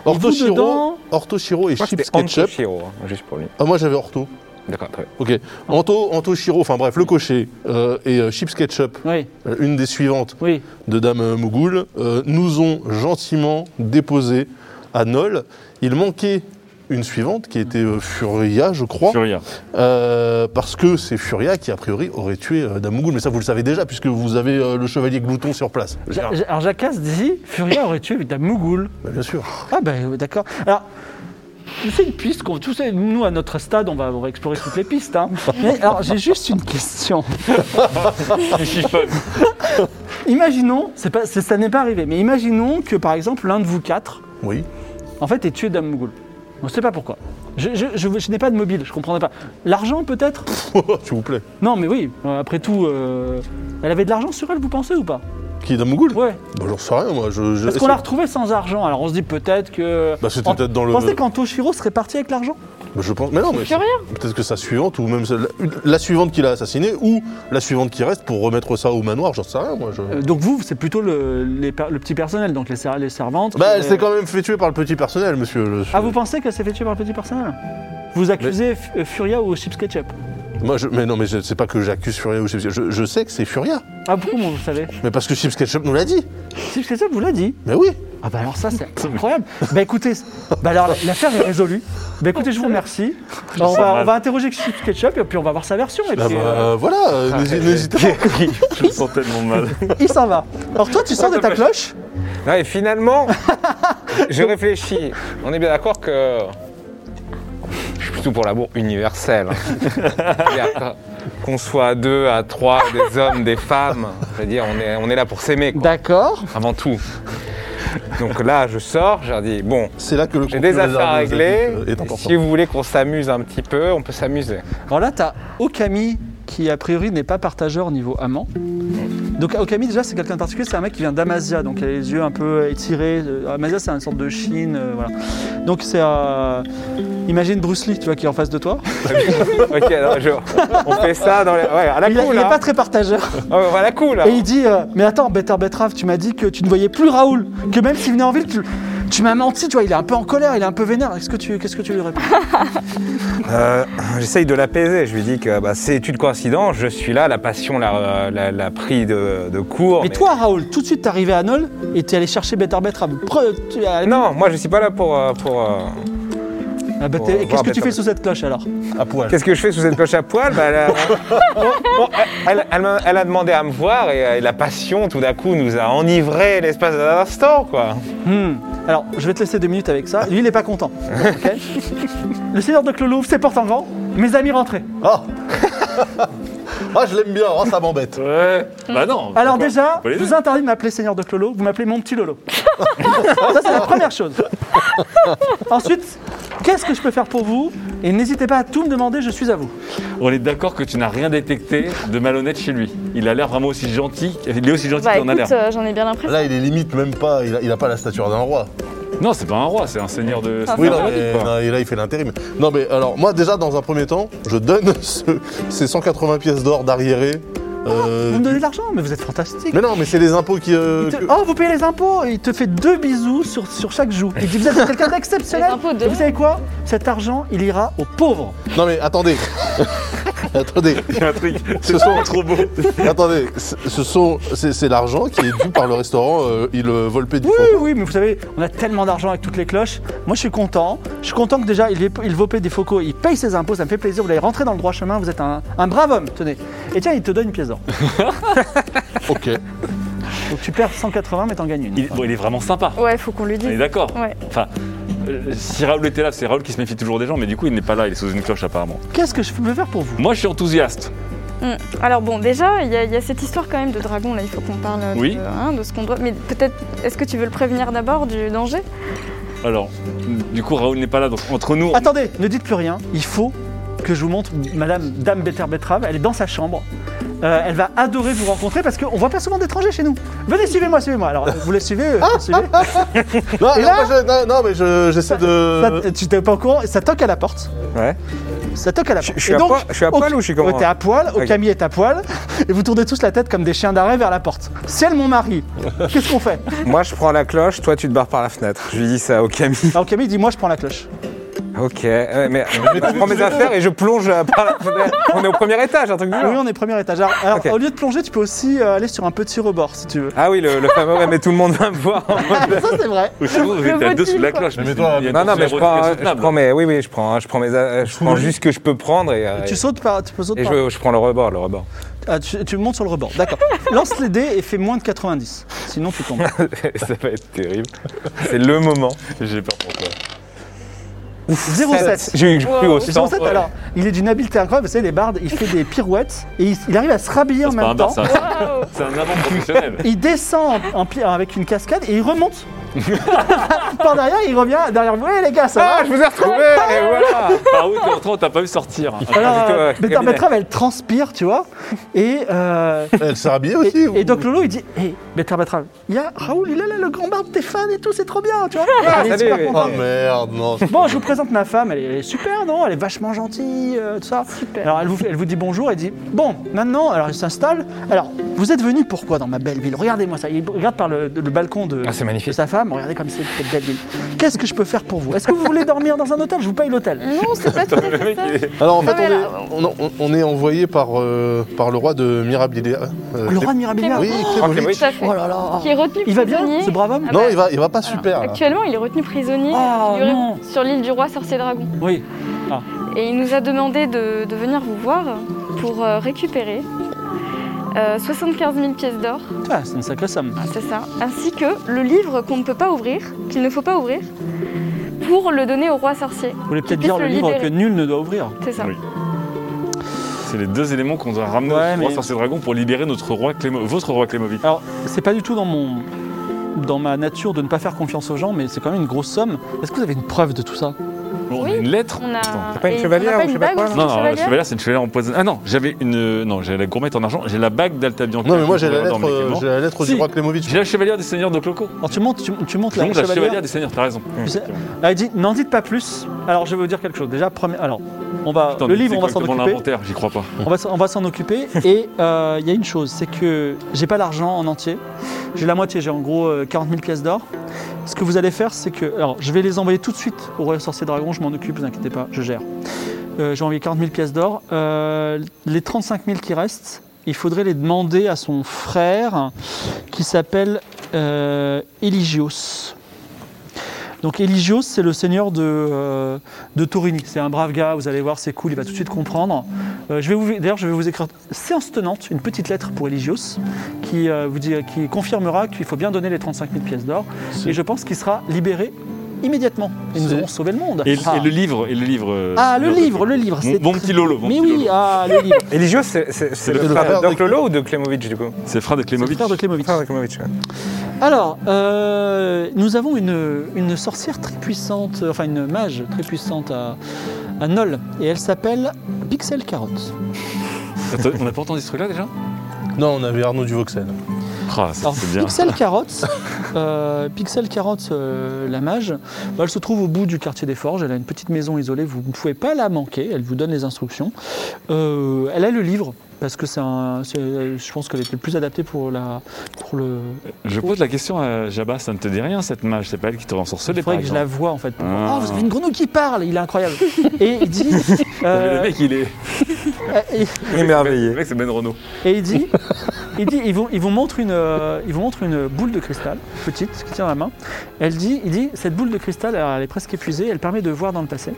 S4: Orto
S2: vous dedans
S4: Shiro, Orto Shiro et
S5: Moi,
S4: Chips
S5: c'était Anto
S4: Ketchup.
S5: Chiro, hein, juste pour lui.
S4: Ah, moi j'avais Orto.
S5: D'accord, très bien.
S4: Ok.
S2: Ah.
S4: Anto, Anto Shiro, enfin bref, le cocher euh, et euh, Chips Ketchup,
S2: Oui,
S4: euh, une des suivantes
S2: oui.
S4: de Dame euh, Mougoul, euh, nous ont gentiment déposés à Nol. Il manquait une suivante qui était euh, Furia, je crois.
S3: Furia.
S4: Euh, parce que c'est Furia qui, a priori, aurait tué euh, Dame Mougoul. Mais ça, vous le savez déjà, puisque vous avez euh, le chevalier Glouton sur place.
S2: Ja- ja- Alors Jacasse dit Furia aurait tué Dame Mougoul.
S4: Bah, bien sûr.
S2: Ah ben euh, d'accord. Alors c'est une piste qu'on tout ça, nous à notre stade on va, on va explorer toutes les pistes. hein. Mais alors j'ai juste une question.
S3: Je chiffonne.
S2: Imaginons, c'est pas, c'est- ça n'est pas arrivé, mais imaginons que par exemple l'un de vous quatre,
S4: Oui.
S2: en fait, ait tué Dame Mougoul. On ne sait pas pourquoi. Je, je- je- je n'ai pas de mobile, je comprendrais pas. L'argent peut-être
S4: S'il vous plaît.
S2: Non mais oui, euh, après tout, euh, elle avait de l'argent sur elle, vous pensez ou pas
S4: Qui est Damougoul
S2: Ouais.
S4: Bah, j'en sais rien, moi. Je, je-
S2: Parce qu'on l'a retrouvé sans argent. Alors on se dit peut-être que.
S4: Bah, c'était
S2: En-
S4: peut-être dans le.
S2: Vous pensez qu'Antoshiro serait parti avec l'argent
S4: Bah, je pense. Mais non, mais.
S1: Je suis rien.
S4: Peut-être que sa suivante, ou même celle- la, suivante qu'il a assassinée, ou la suivante qui reste pour remettre ça au manoir, j'en sais rien, moi. Je...
S2: Euh, Donc vous, c'est plutôt le, les per- le petit personnel, donc les, ser- les servantes.
S4: bah,
S2: les-
S4: elle s'est quand même fait tuer par le petit personnel, monsieur. le-
S2: Ah, vous pensez qu'elle s'est fait tuer par le petit personnel Vous accusez F- euh, Furia ou Chips Ketchup
S4: Moi, je- Mais non, mais je- c'est pas que j'accuse Furia ou Chips Je, je sais que c'est Furia.
S2: Ah, pourquoi vous le savez
S4: Mais parce que Chips Ketchup nous l'a dit.
S2: Chips Ketchup vous l'a dit.
S4: Mais oui.
S2: Ah bah alors ça, c'est incroyable. bah écoutez, bah alors l'affaire est résolue. Bah écoutez, je vous remercie. On
S3: sens
S2: va,
S3: mal.
S2: on va interroger Chips Ketchup et puis on va voir sa version. Et
S4: Ah
S2: puis,
S4: bah,
S2: euh,
S4: voilà, euh, n'hési- n'hésitez pas.
S3: Je me sens tellement mal.
S2: il s'en va. Alors toi, tu sors de ta cloche
S5: Non, et finalement, je réfléchis. On est bien d'accord que. Je suis plutôt pour l'amour universel. Il y a- Qu'on soit à deux, à trois, des hommes, des femmes. C'est-à-dire, on est, on est là pour s'aimer, quoi,
S2: D'accord.
S5: avant tout. Donc là, je sors, je leur dis bon,
S4: C'est là que le
S5: j'ai des
S4: contenu
S5: affaires à
S4: armes
S5: régler.
S4: adultes, euh, est important.
S5: Si vous voulez qu'on s'amuse un petit peu, on peut s'amuser.
S2: Alors là, t'as Okami qui a priori n'est pas partageur niveau amant. Donc ah, Okami déjà c'est quelqu'un de particulier, c'est un mec qui vient d'Amazia, donc il a les yeux un peu étirés. Euh, Amazia c'est une sorte de Chine, euh, voilà. Donc c'est euh, imagine Bruce Lee, tu vois, qui est en face de toi.
S5: ok, alors, je- on fait ça dans les. Ouais, à la
S2: il, a-
S5: cool,
S2: il est
S5: hein.
S2: pas très partageur.
S5: Ah ouais, à la cool. hein.
S2: Et il dit euh, mais attends, Better Betrave, tu m'as dit que tu ne voyais plus Raoul, que même s'il venait en ville, tu, tu m'as menti, tu vois, il est un peu en colère, il est un peu vénère. Qu'est-ce que tu, qu'est-ce que tu lui réponds
S5: Euh, J'essaye de l'apaiser. Je lui dis que bah, c'est une coïncidence. Je suis là, la passion l'a, l'a- l'a pris de, de court.
S2: Mais toi Raoul, tout de suite t'es arrivé à Nol et t'es allé chercher Better Betrave. Pre- tu- à-
S5: Non, moi je suis pas là pour. euh, pour euh,
S2: Ah, bah,
S5: Bon,
S2: t'es-
S5: on va
S2: Qu'est-ce que
S5: Better
S2: tu fais
S5: Betrave.
S2: sous cette cloche alors
S4: À poil.
S5: Qu'est-ce que je fais sous cette cloche à poil Bah, elle, a- Bon, elle- elle m'a- elle a demandé à me voir et, euh, et la passion tout d'un coup nous a enivrés l'espace d'un instant quoi.
S2: Hmm. Alors, je vais te laisser deux minutes avec ça. Lui, il n'est pas content. Ok le seigneur de Clos Louvre, ses portes en grand. Mes amis rentrés.
S4: Ah Ah, je l'aime bien, ah, ça m'embête.
S3: Ouais. Bah non.
S2: Alors
S3: pourquoi
S2: déjà,
S3: Faut les
S2: je
S3: deux.
S2: vous interdis de m'appeler seigneur de Clolo, vous m'appelez mon petit Lolo. ça, c'est la première chose. Ensuite, qu'est-ce que je peux faire pour vous Et n'hésitez pas à tout me demander, je suis à vous.
S3: On est d'accord que tu n'as rien détecté de malhonnête chez lui. Il a l'air vraiment aussi gentil. Il est aussi gentil
S1: Bah
S3: qu'il en a l'air.
S1: écoute, euh, j'en ai bien l'impression.
S4: Là, il est limite même pas, il a, il a pas la stature d'un roi.
S1: euh,
S3: Non, c'est pas un roi, c'est un seigneur de.
S1: Ah,
S3: c'est
S4: Oui,
S3: un
S4: non,
S3: roi,
S4: mais-
S3: quoi.
S4: non, et là, il fait l'intérim. Non, mais alors, moi, déjà, dans un premier temps, je donne ce- ces 180 pièces d'or d'arriéré. euh,
S5: Ah,
S2: Vous me donnez de l'argent, mais vous êtes fantastique.
S4: Mais non, mais c'est les impôts qui. euh,
S2: Il te-
S4: que-
S2: Oh, vous payez les impôts Il te fait deux bisous sur, sur chaque joue. Il dit, vous êtes quelqu'un d'exceptionnel.
S1: Les impôts de-
S2: Et Vous savez quoi Cet argent, il ira aux pauvres.
S5: Oh
S4: Non, mais attendez. attendez.
S3: Il y a un
S1: euh,
S3: truc.
S4: Ce sont.
S3: Trop beau.
S4: attendez. Ce ce sont. C'est c'est l'argent qui est dû par le restaurant. euh, il euh, Volpe du
S2: Oui,
S4: Fond.
S2: oui, mais vous savez, on a tellement d'argent avec toutes les cloches. Moi, je suis content. Je suis content que déjà, il, est- il vopait des focaux, il paye ses impôts, ça me fait plaisir. Vous allez rentrer dans le droit chemin, vous êtes un, un brave homme, tenez. Et tiens, il te donne une pièce d'or.
S4: Ok.
S2: Donc tu perds 180, mais t'en gagnes une.
S3: Il, bon, il est vraiment sympa.
S1: Ouais, faut qu'on lui
S3: On est
S1: dise.
S3: d'accord.
S1: Ouais.
S3: Enfin, euh, si Raoul était là, c'est Raoul qui se méfie toujours des gens, mais du coup, il n'est pas là, il est sous une cloche apparemment.
S2: Qu'est-ce que je peux faire pour vous
S3: Moi, je suis enthousiaste.
S1: Hmm. Alors bon, déjà, il y, a- il y a cette histoire quand même de dragon, là, il faut qu'on parle de,
S3: Oui.
S1: hein, de ce qu'on doit... Mais peut-être, est-ce que tu veux le prévenir d'abord du danger
S3: Alors, du coup, Raoul n'est pas là, donc entre
S1: Ah,
S3: nous. on-
S2: Attendez, ne dites plus rien. Il faut que je vous montre Madame Dame Better Betrave. Elle est dans sa chambre. Euh, elle va adorer vous rencontrer parce qu'on voit pas souvent d'étrangers chez nous. Venez, suivez-moi, suivez-moi. Alors, vous les suivez, euh, suivez.
S4: Non,
S2: Et
S4: non,
S2: là
S4: moi, je- non, non, mais je- j'essaie de.
S2: Ça- tu t'es pas au courant, ça toque à la porte.
S5: Ouais.
S2: Ça toque à la
S5: Je-
S2: porte.
S5: je suis
S2: Et
S5: à
S2: donc,
S5: poil- je suis à
S2: Ok,
S5: poil ou je suis comment
S2: ouais, T'es à poil,
S5: Ok.
S2: Okami est à poil, et vous tournez tous la tête comme des chiens d'arrêt vers la porte. Ciel, mon mari, qu'est-ce qu'on fait
S5: Moi je prends la cloche, toi tu te barres par la fenêtre. Je lui dis ça au Camille.
S2: Alors, Okami dit Moi, je prends la cloche.
S5: Ok, euh, mais je prends mes affaires et je plonge euh, par la fenêtre. On est au premier étage, un truc du
S2: Oui,
S5: genre.
S2: on est premier étage. Alors, alors,
S5: Ah. Ok.
S2: au lieu de plonger, tu peux aussi euh, aller sur un petit rebord si tu veux.
S5: Ah oui, le, le fameux, ouais, mais tout le monde va me voir.
S2: Ah, ça, c'est vrai.
S3: Ou sinon, vous
S1: Le
S3: êtes à deux
S1: motif,
S3: sous la
S1: quoi.
S3: cloche.
S4: Mais toi,
S3: il y a
S5: Non,
S3: une
S5: non, mais je
S3: érotique
S5: prends, je
S3: insoutenable.
S5: prends mes, oui, oui, je prends, je prends mes, euh, je prends juste ce que je peux prendre et, euh,
S2: Tu sautes, par, tu peux sauter
S5: et
S2: par-
S5: je, je prends le rebord, le rebord.
S2: Ah, tu, tu montes sur le rebord, d'accord. Lance les dés et fais moins de 90, sinon tu tombes.
S5: Ça va être terrible. C'est le moment.
S3: J'ai peur pour toi.
S2: 07.
S5: J'ai eu j'ai plus au
S2: Et
S5: sang.
S2: 07, alors, il est d'une habileté incroyable, vous savez, les bardes, il fait des pirouettes et il, il arrive à se rhabiller en
S3: C'est pas un
S2: même
S3: bar,
S2: temps.
S3: c'est un- c'est un avant professionnel.
S2: Il descend en- en pli- avec une cascade et il remonte. Par derrière, il revient derrière vous. Ouais, les gars, ça
S5: Ah, je vous ai retrouvé Et
S3: ah,
S1: Ah.
S5: voilà
S3: Par où t'es rentré, on t'a pas vu sortir.
S2: va Alors,
S5: plutôt,
S2: euh,
S5: ouais,
S2: Better
S5: cabinet.
S2: Betrave, elle transpire, tu vois. Et, euh,
S4: Elle s'est rhabillée
S2: et,
S4: aussi. ou-
S2: et Doc Lolo, il dit Hé, Better Batrave. Il y a Raoul, il est là, le grand barbe, t'es fan et tout, c'est trop bien, tu vois. Il est
S5: Ah, salut,
S2: super
S5: oui.
S2: content.
S4: Oh merde, non.
S2: Bon, je vous présente ma femme, elle est, elle est super, non Elle est vachement gentille, euh, tout ça.
S1: Super.
S2: Alors elle vous, fait- elle vous dit bonjour, elle dit Bon, maintenant, alors il s'installe. Alors, vous êtes venu pourquoi dans ma belle ville Regardez-moi ça. Il regarde par le, le balcon de,
S5: Ah, c'est magnifique.
S2: de sa femme, regardez comme c'est cette belle ville. Qu'est-ce que je peux faire pour vous Est-ce que vous voulez dormir dans un hôtel Je vous paye l'hôtel.
S1: Non, c'est pas tout à fait ça.
S4: Alors en fait,
S1: Non, mais
S4: on est,
S1: là-
S4: on, on- on est envoyé par, euh, par le roi de Mirabilia. euh,
S2: Le roi de Mirabilia
S4: Oui, Clément.
S1: Tout à fait.
S2: Oh là là
S1: Qui est retenu
S2: Il va bien,
S1: prisonnier.
S2: ce brave homme
S1: Ah
S4: Non,
S1: bah,
S4: il va, il va pas super. là.
S1: Actuellement, il est retenu prisonnier
S2: Oh,
S1: figurez-vous,
S2: non.
S1: sur l'île du roi sorcier dragon.
S2: Oui.
S1: Et il nous a demandé de, de venir vous voir pour euh, récupérer euh, 75 000 pièces d'or,
S2: Ah, c'est une sacrée somme.
S1: c'est ça, ainsi que le livre qu'on ne peut pas ouvrir, qu'il ne faut pas ouvrir, pour le donner au roi sorcier.
S2: Vous voulez peut-être
S1: puisse
S2: dire le
S1: le
S2: livre que
S1: libérer.
S2: nul ne doit ouvrir.
S1: C'est ça.
S3: Oui. C'est les deux éléments qu'on doit ramener
S2: Ouais,
S3: au roi
S2: mais-
S3: sorcier dragon pour libérer notre roi Clémo- votre roi Clémovic.
S2: Alors, c'est pas du tout dans mon dans ma nature de ne pas faire confiance aux gens, mais c'est quand même une grosse somme. Est-ce que vous avez une preuve de tout ça
S3: Bon, on a
S1: Ah, Oui.
S3: une lettre.
S1: On a.
S3: Attends.
S5: pas une
S1: et
S5: chevalière ou
S1: on a pas
S5: je sais
S1: une
S5: pas
S1: bague
S5: quoi,
S1: aussi,
S3: Non, non, la
S1: chevalière
S3: chevalière, c'est une chevalière empoisonnée. Ah non, j'avais une. Non, j'ai la gourmette en argent, j'ai la bague d'Alta Bianca.
S4: Non, mais moi
S3: que
S4: j'ai la
S3: j'ai dans
S4: lettre,
S3: mes
S4: euh,
S3: éléments.
S4: j'ai la lettre du
S2: Si.
S4: roi Clémovitch.
S3: J'ai la chevalière des seigneurs de Cloco.
S2: Alors tu montes, tu, tu montes la
S3: Donc la
S2: chevalière.
S3: chevalière des seigneurs, t'as raison.
S2: Ah, il dit, n'en dites pas plus. Alors je vais vous dire quelque chose. Déjà, premier, alors on va
S3: Putain,
S2: le
S3: mais
S2: livre,
S3: c'est
S2: on va
S3: quoi,
S2: s'en
S3: comment
S2: occuper.
S3: l'inventaire, j'y crois pas.
S2: On va, s'en- on va s'en occuper. Et euh, il y a une chose, c'est que j'ai pas l'argent en entier. J'ai la moitié, j'ai en gros euh, 40 000 pièces d'or. Ce que vous allez faire, c'est que. Alors, je vais les envoyer tout de suite au Royaume Sorcier Dragon, je m'en occupe, vous inquiétez pas, je gère. Euh, j'ai envoyé 40 000 pièces d'or. Euh, les 35 000 qui restent, il faudrait les demander à son frère qui s'appelle euh, Eligios. Donc Eligios, c'est le seigneur de, euh, de Torini. C'est un brave gars, vous allez voir, c'est cool, il va tout de suite comprendre. Euh, je vais vous, d'ailleurs, je vais vous écrire séance tenante, une petite lettre pour Eligios, qui euh, vous dit, qui confirmera qu'il faut bien donner les 35 000 pièces d'or.
S4: C'est-
S2: Et je pense qu'il sera libéré immédiatement. Et nous
S4: C'est-
S2: aurons sauvé le monde.
S3: Et, et
S2: Ah.
S3: le livre, et le livre. euh,
S2: Ah, le
S3: Seigneur de
S2: livre,
S3: Cloco.
S2: le livre,
S3: Mon,
S2: c'est
S3: mon
S2: très-
S3: petit Lolo. mon
S2: Mais
S3: petit
S2: oui,
S3: Lolo.
S2: ah, le livre.
S5: Eligios, c'est- c'est c'est
S4: le
S5: le
S4: frère
S5: frère
S4: de-
S5: de Clolo ou de Klemovic du coup
S3: C'est le frère de
S2: C'est le
S3: Clémovic.
S2: frère de Klemovic.
S5: Frère de Klemovic, Ah ouais.
S2: Alors, euh, nous avons une, une sorcière très puissante, euh, enfin une mage très puissante à, à Nol, et elle s'appelle Pixel Carotte.
S3: Attends, On n'a pas entendu ce truc-là déjà
S2: Ah,
S4: Non, on avait Arnaud Duvoxel.
S3: Ah, ça,
S2: Alors,
S3: c'est bien.
S2: Pixel Carotte, euh, Pixel Carotte, euh, la mage, bah, elle se trouve au bout du quartier des Forges, elle a une petite maison isolée, vous ne pouvez pas la manquer, elle vous donne les instructions. Euh, elle a le livre, parce que c'est un, c'est- euh, je pense qu'elle était le plus adaptée pour, la, pour le...
S3: Je pose la question à Jabba, ça ne te dit rien cette mage, c'est pas elle qui t'aurait
S2: Il
S3: ensorcelé par
S2: faudrait que je la
S3: exemple.
S2: vois en fait. pour voir.
S3: Ah.
S2: Ah, vous avez une grenouille qui parle, il est incroyable. et il dit...
S3: Le
S2: euh,
S3: mec, il est.
S2: et-
S3: Le
S5: Émerveillé.
S3: mec, c'est Ben Renault.
S2: Et il dit, il dit, ils vous, ils vous montre une, euh, il vous montre une boule de cristal petite qui tient dans la main. Elle dit, il dit, cette boule de cristal, alors, elle est presque épuisée, elle permet de voir dans le passé.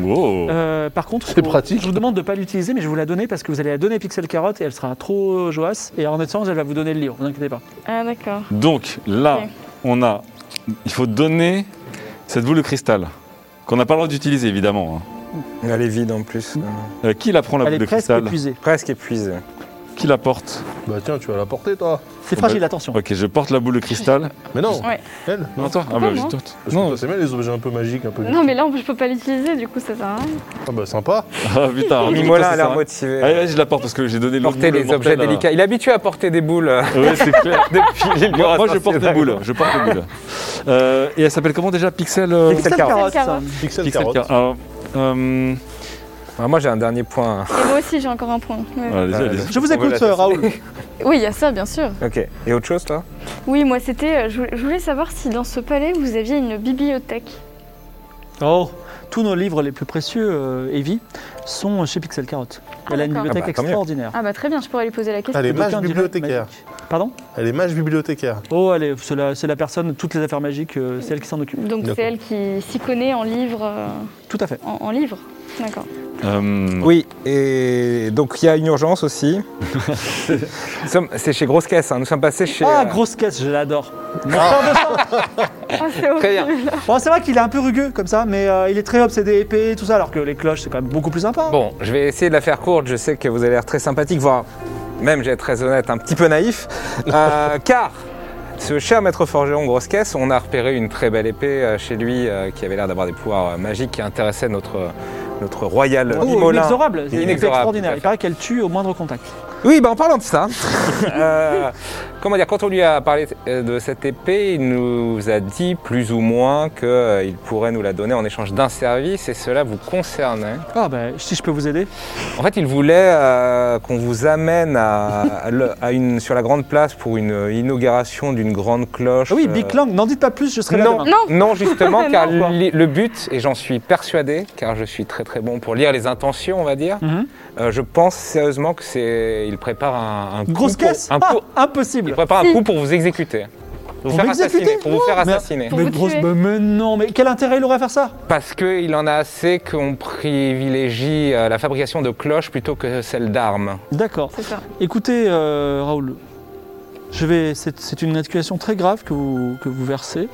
S3: Wow.
S2: Euh, par contre,
S4: C'est
S2: faut-
S4: pratique.
S2: Je vous demande de ne pas l'utiliser, mais je vais vous la donner parce que vous allez la donner à Pixel Carotte et elle sera trop joasse. Et en échange, elle va vous donner le livre. Vous inquiétez pas.
S1: Ah, d'accord.
S3: Donc là,
S1: Ok.
S3: on a. Il faut donner cette boule de cristal, qu'on n'a pas le droit d'utiliser évidemment. hein.
S5: Elle est vide en plus. euh,
S3: Euh, qui la prend la
S2: elle
S3: boule
S2: est
S3: de
S2: presque
S3: cristal
S2: épuisée.
S5: Presque épuisée.
S3: Qui la porte
S4: Bah tiens, tu vas la porter toi.
S2: C'est
S3: Oh,
S2: fragile,
S3: bah-
S2: attention.
S3: Ok, je porte la boule de cristal.
S4: Mais non,
S1: Ouais.
S4: elle.
S3: Non, toi Ah
S1: Pourquoi
S3: bah,
S1: moi
S3: je
S4: Parce que
S3: Non.
S4: toi, c'est bien les objets un peu magiques, un peu.
S1: Non, mais là, on- je peux pas l'utiliser, du coup, ça sert à rien.
S4: Ah bah sympa.
S3: Ah putain, ça hein.
S5: Mimola
S3: Ah,
S5: a
S3: sert
S5: l'air
S3: à-
S5: motivé.
S3: Allez, vas-y, je la porte parce que j'ai donné l'autre
S5: porter
S3: boule
S5: les
S3: mortelle
S5: objets
S3: à-
S5: délicats. Il est habitué à porter des boules. euh,
S3: Ouais, c'est clair.
S5: depuis l'île du
S3: Moi,
S5: roi
S3: moi, je
S5: sorcier
S3: porte des
S5: dragon.
S3: boules. Je porte des boules. Euh, et elle s'appelle comment déjà Pixel. euh,
S5: Pixel
S1: Carotte.
S4: Pixel,
S3: Pixel
S4: carotte.
S3: Car- Alors, euh,
S5: Ah, moi j'ai un dernier point.
S1: Et moi aussi, j'ai encore un point. Ouais.
S3: voilà, allez-y,
S5: Euh,
S3: allez-y.
S2: Je vous
S5: On veut la
S2: écoute,
S5: tester.
S2: euh, Raoul.
S1: Oui, il y a ça, bien sûr.
S5: Ok. Et autre chose toi
S1: Oui, moi, c'était. euh, Je voulais- je voulais savoir si dans ce palais, vous aviez une bibliothèque.
S2: Oh, tous nos livres les plus précieux, euh, Evie, sont chez Pixel Carotte. Elle a une
S1: d'accord.
S2: bibliothèque
S5: Ah bah, tant mieux.
S2: extraordinaire.
S1: Ah, bah, très bien, je pourrais lui poser la question.
S4: Elle est
S2: Le bouquin
S4: mage
S2: du
S4: bibliothécaire.
S2: magique. Pardon
S4: Elle est mage bibliothécaire.
S2: Oh, elle est- c'est la, c'est la personne, toutes les affaires magiques, euh, c'est elle qui s'en occupe.
S1: Donc, c'est
S4: D'accord.
S1: elle qui s'y connaît en livre. euh,
S2: Tout à fait.
S1: En, en livre D'accord.
S3: Euh,
S5: Oui. Et donc il y a une urgence aussi. Nous sommes- C'est chez Grosse Caisse. hein. Nous sommes passés chez.
S2: Ah,
S5: euh,
S2: grosse caisse, je l'adore.
S1: Ah, c'est horrible.
S5: Très bien.
S2: Bon, c'est vrai qu'il est un peu rugueux comme ça, mais euh, il est très obsédé, épais et tout ça, alors que les cloches, c'est quand même beaucoup plus sympa.
S5: Bon, je vais essayer de la faire courte. Je sais que vous avez l'air très sympathique, voire même, j'ai très honnête, un petit peu naïf. Euh, car ce cher maître forgeron grosse caisse, on a repéré une très belle épée euh, chez lui euh, qui avait l'air d'avoir des pouvoirs euh, magiques qui intéressaient notre, notre royal
S2: Oh,
S5: Mimolin.
S2: inexorable, c'est
S5: Inexorable,
S2: extraordinaire.
S5: tout
S2: Il
S5: à fait.
S2: paraît qu'elle tue au moindre contact.
S5: Oui, bah en parlant de ça, euh, comment dire, quand on lui a parlé euh, de cette épée, il nous a dit plus ou moins qu'il pourrait nous la donner en échange d'un service et cela vous concernait.
S2: Ah, bah, si je peux vous aider
S5: En fait, il voulait euh, qu'on vous amène à, à le- à une, sur la grande place pour une euh, inauguration d'une grande cloche.
S2: Ah oui,
S5: euh,
S2: Big Lang, n'en dites pas plus, je serai là.
S5: non,
S2: demain.
S1: Non.
S5: non, justement, car
S2: Non.
S5: li- le but, et j'en suis persuadé, car je suis très très bon pour lire les intentions, on va dire,
S2: Mhm.
S5: euh, je pense sérieusement que c'est, il prépare un, un coup
S2: Grosse
S5: pour-
S2: caisse
S5: un coup-
S2: Ah,
S5: il
S2: Impossible
S5: prépare un
S1: Si.
S5: coup pour vous exécuter, pour vous
S2: Pour
S5: faire
S2: m'exécuter
S5: assassiner, pour vous faire
S2: Mais-
S5: assassiner,
S1: Pour
S2: mais,
S1: vous
S2: grosse-
S1: tuer.
S2: mais- mais non, mais quel intérêt il aurait à faire ça
S5: parce qu'il en a assez qu'on privilégie euh, la fabrication de cloches plutôt que celle d'armes.
S2: D'accord.
S1: C'est ça.
S2: Écoutez, euh, Raoul, je vais. C'est c'est une accusation très grave que vous, que vous versez.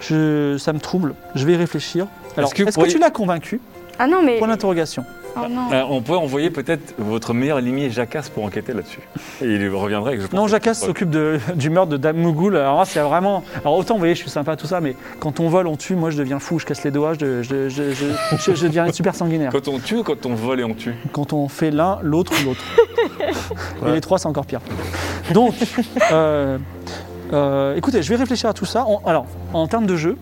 S2: Je, ça me trouble. Je vais y réfléchir. Alors, est-ce
S3: Est-ce que
S2: que,
S3: vous pourriez-
S2: tu l'as convaincu
S1: Ah non, mais.
S2: Point d'interrogation.
S1: Oh non.
S3: Euh, on peut envoyer peut-être votre meilleur limier Jacasse pour enquêter là-dessus. Et il reviendra avec je pense.
S2: Non, Jacasse s'occupe de- du meurtre de Dame Mougoul. Alors, là, c'est vraiment. Alors, autant, vous voyez, je suis sympa, tout ça, mais quand on vole, on tue, moi, je deviens fou, je casse les doigts, je, je- je- je- je- je deviens super sanguinaire.
S3: Quand on tue ou quand on vole et on tue
S2: Quand on fait l'un, l'autre, l'autre. Et les trois, c'est encore pire. Donc, euh, euh, écoutez, je vais réfléchir à tout ça. On- alors, en termes de jeu,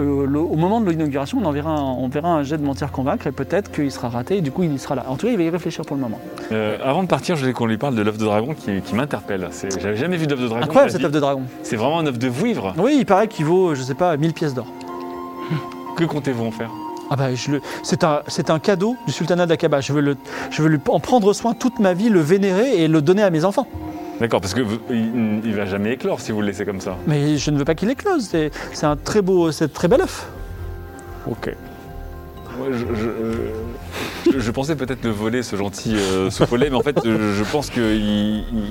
S2: euh, le- au moment de l'inauguration, on, enverra un- on verra un jet de mentir convaincre et peut-être qu'il sera raté et du coup, il y sera là. En tout cas, il va y réfléchir pour le moment.
S3: Euh, Avant de partir, je voulais qu'on lui parle de l'œuf de dragon qui, qui m'interpelle. C'est- J'avais jamais vu d'œuf de dragon.
S2: Incroyable
S3: de
S2: cette
S3: ma
S2: œuf
S3: vie.
S2: de dragon.
S3: C'est vraiment un œuf de vouivre.
S2: Oui, il paraît qu'il vaut, je sais pas, 1000 pièces d'or.
S3: Que comptez-vous en faire
S2: Ah bah, je le- c'est un, c'est un cadeau du sultanat d'Aqaba. Je veux, le, je veux lui en prendre soin toute ma vie, le vénérer et le donner à mes enfants.
S3: D'accord, parce que vous- il, il va jamais éclore si vous le laissez comme ça.
S2: Mais je ne veux pas qu'il éclose. C'est, c'est un très beau, c'est un très bel œuf.
S3: Ok. je, je- je- je pensais peut-être le voler, ce gentil euh, soupolet, mais en fait, euh, je pense qu'il il, il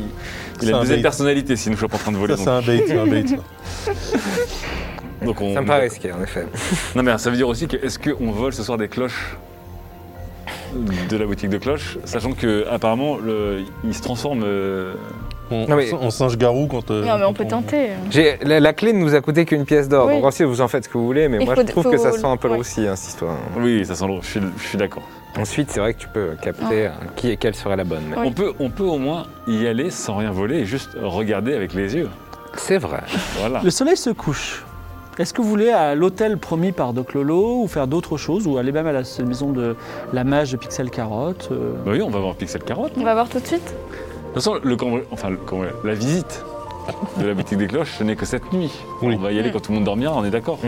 S4: C'est
S3: a
S4: un
S3: une deuxième
S4: bait.
S3: personnalité s'il ne soit pas en train de voler.
S4: Ça, c'est un bait, un bait.
S3: donc- donc on-
S5: Ça me paraît risqué, en effet.
S3: Non, mais ça veut dire aussi que est-ce qu'on vole ce soir des cloches de la boutique de cloches, sachant que apparemment le- il se transforme. euh,
S4: On,
S5: Non, mais-
S4: on singe garou quand. euh,
S1: Non, mais on
S4: quand
S1: peut tenter.
S5: J'ai- La, la clé ne nous a coûté qu'une pièce d'or,
S1: Oui.
S5: donc ensuite vous en faites ce que vous voulez, mais
S1: Il
S5: moi
S1: faut-
S5: je trouve
S1: faut
S5: que ça sent un peu le
S1: le-
S5: roussi, hein, cette histoire.
S3: Oui, ça sent lourd. Je suis, je suis d'accord.
S5: Ensuite, c'est vrai que tu peux capter
S1: Ah.
S5: hein, qui et quelle serait la bonne. mais-
S1: Oui.
S3: On peut, on peut au moins y aller sans rien voler et juste regarder avec les yeux.
S5: C'est vrai.
S3: Voilà.
S2: Le soleil se couche. Est-ce que vous voulez à l'hôtel promis par Doc Lolo ou faire d'autres choses ou aller même à la maison de la mage de Pixel Carotte euh,
S3: Bah oui, on va voir Pixel Carotte.
S1: On va voir tout de suite.
S3: De toute façon, le cambré- enfin, le cambré- la visite de la boutique des cloches, ce n'est que cette nuit.
S4: Oui.
S3: On va y aller quand tout le monde dormira, on est d'accord.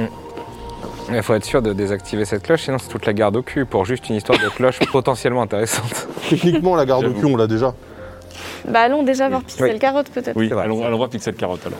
S5: Il faut être sûr de désactiver cette cloche, sinon c'est toute la garde au cul pour juste une histoire de cloche potentiellement intéressante.
S4: on- Techniquement, la garde au cul,
S3: J'avoue.
S4: on l'a déjà.
S1: Bah allons déjà voir Pixel
S5: Oui.
S1: Carotte peut-être.
S3: Oui,
S5: C'est vrai,
S3: allons,
S5: c'est
S3: allons voir Pixel Carotte alors.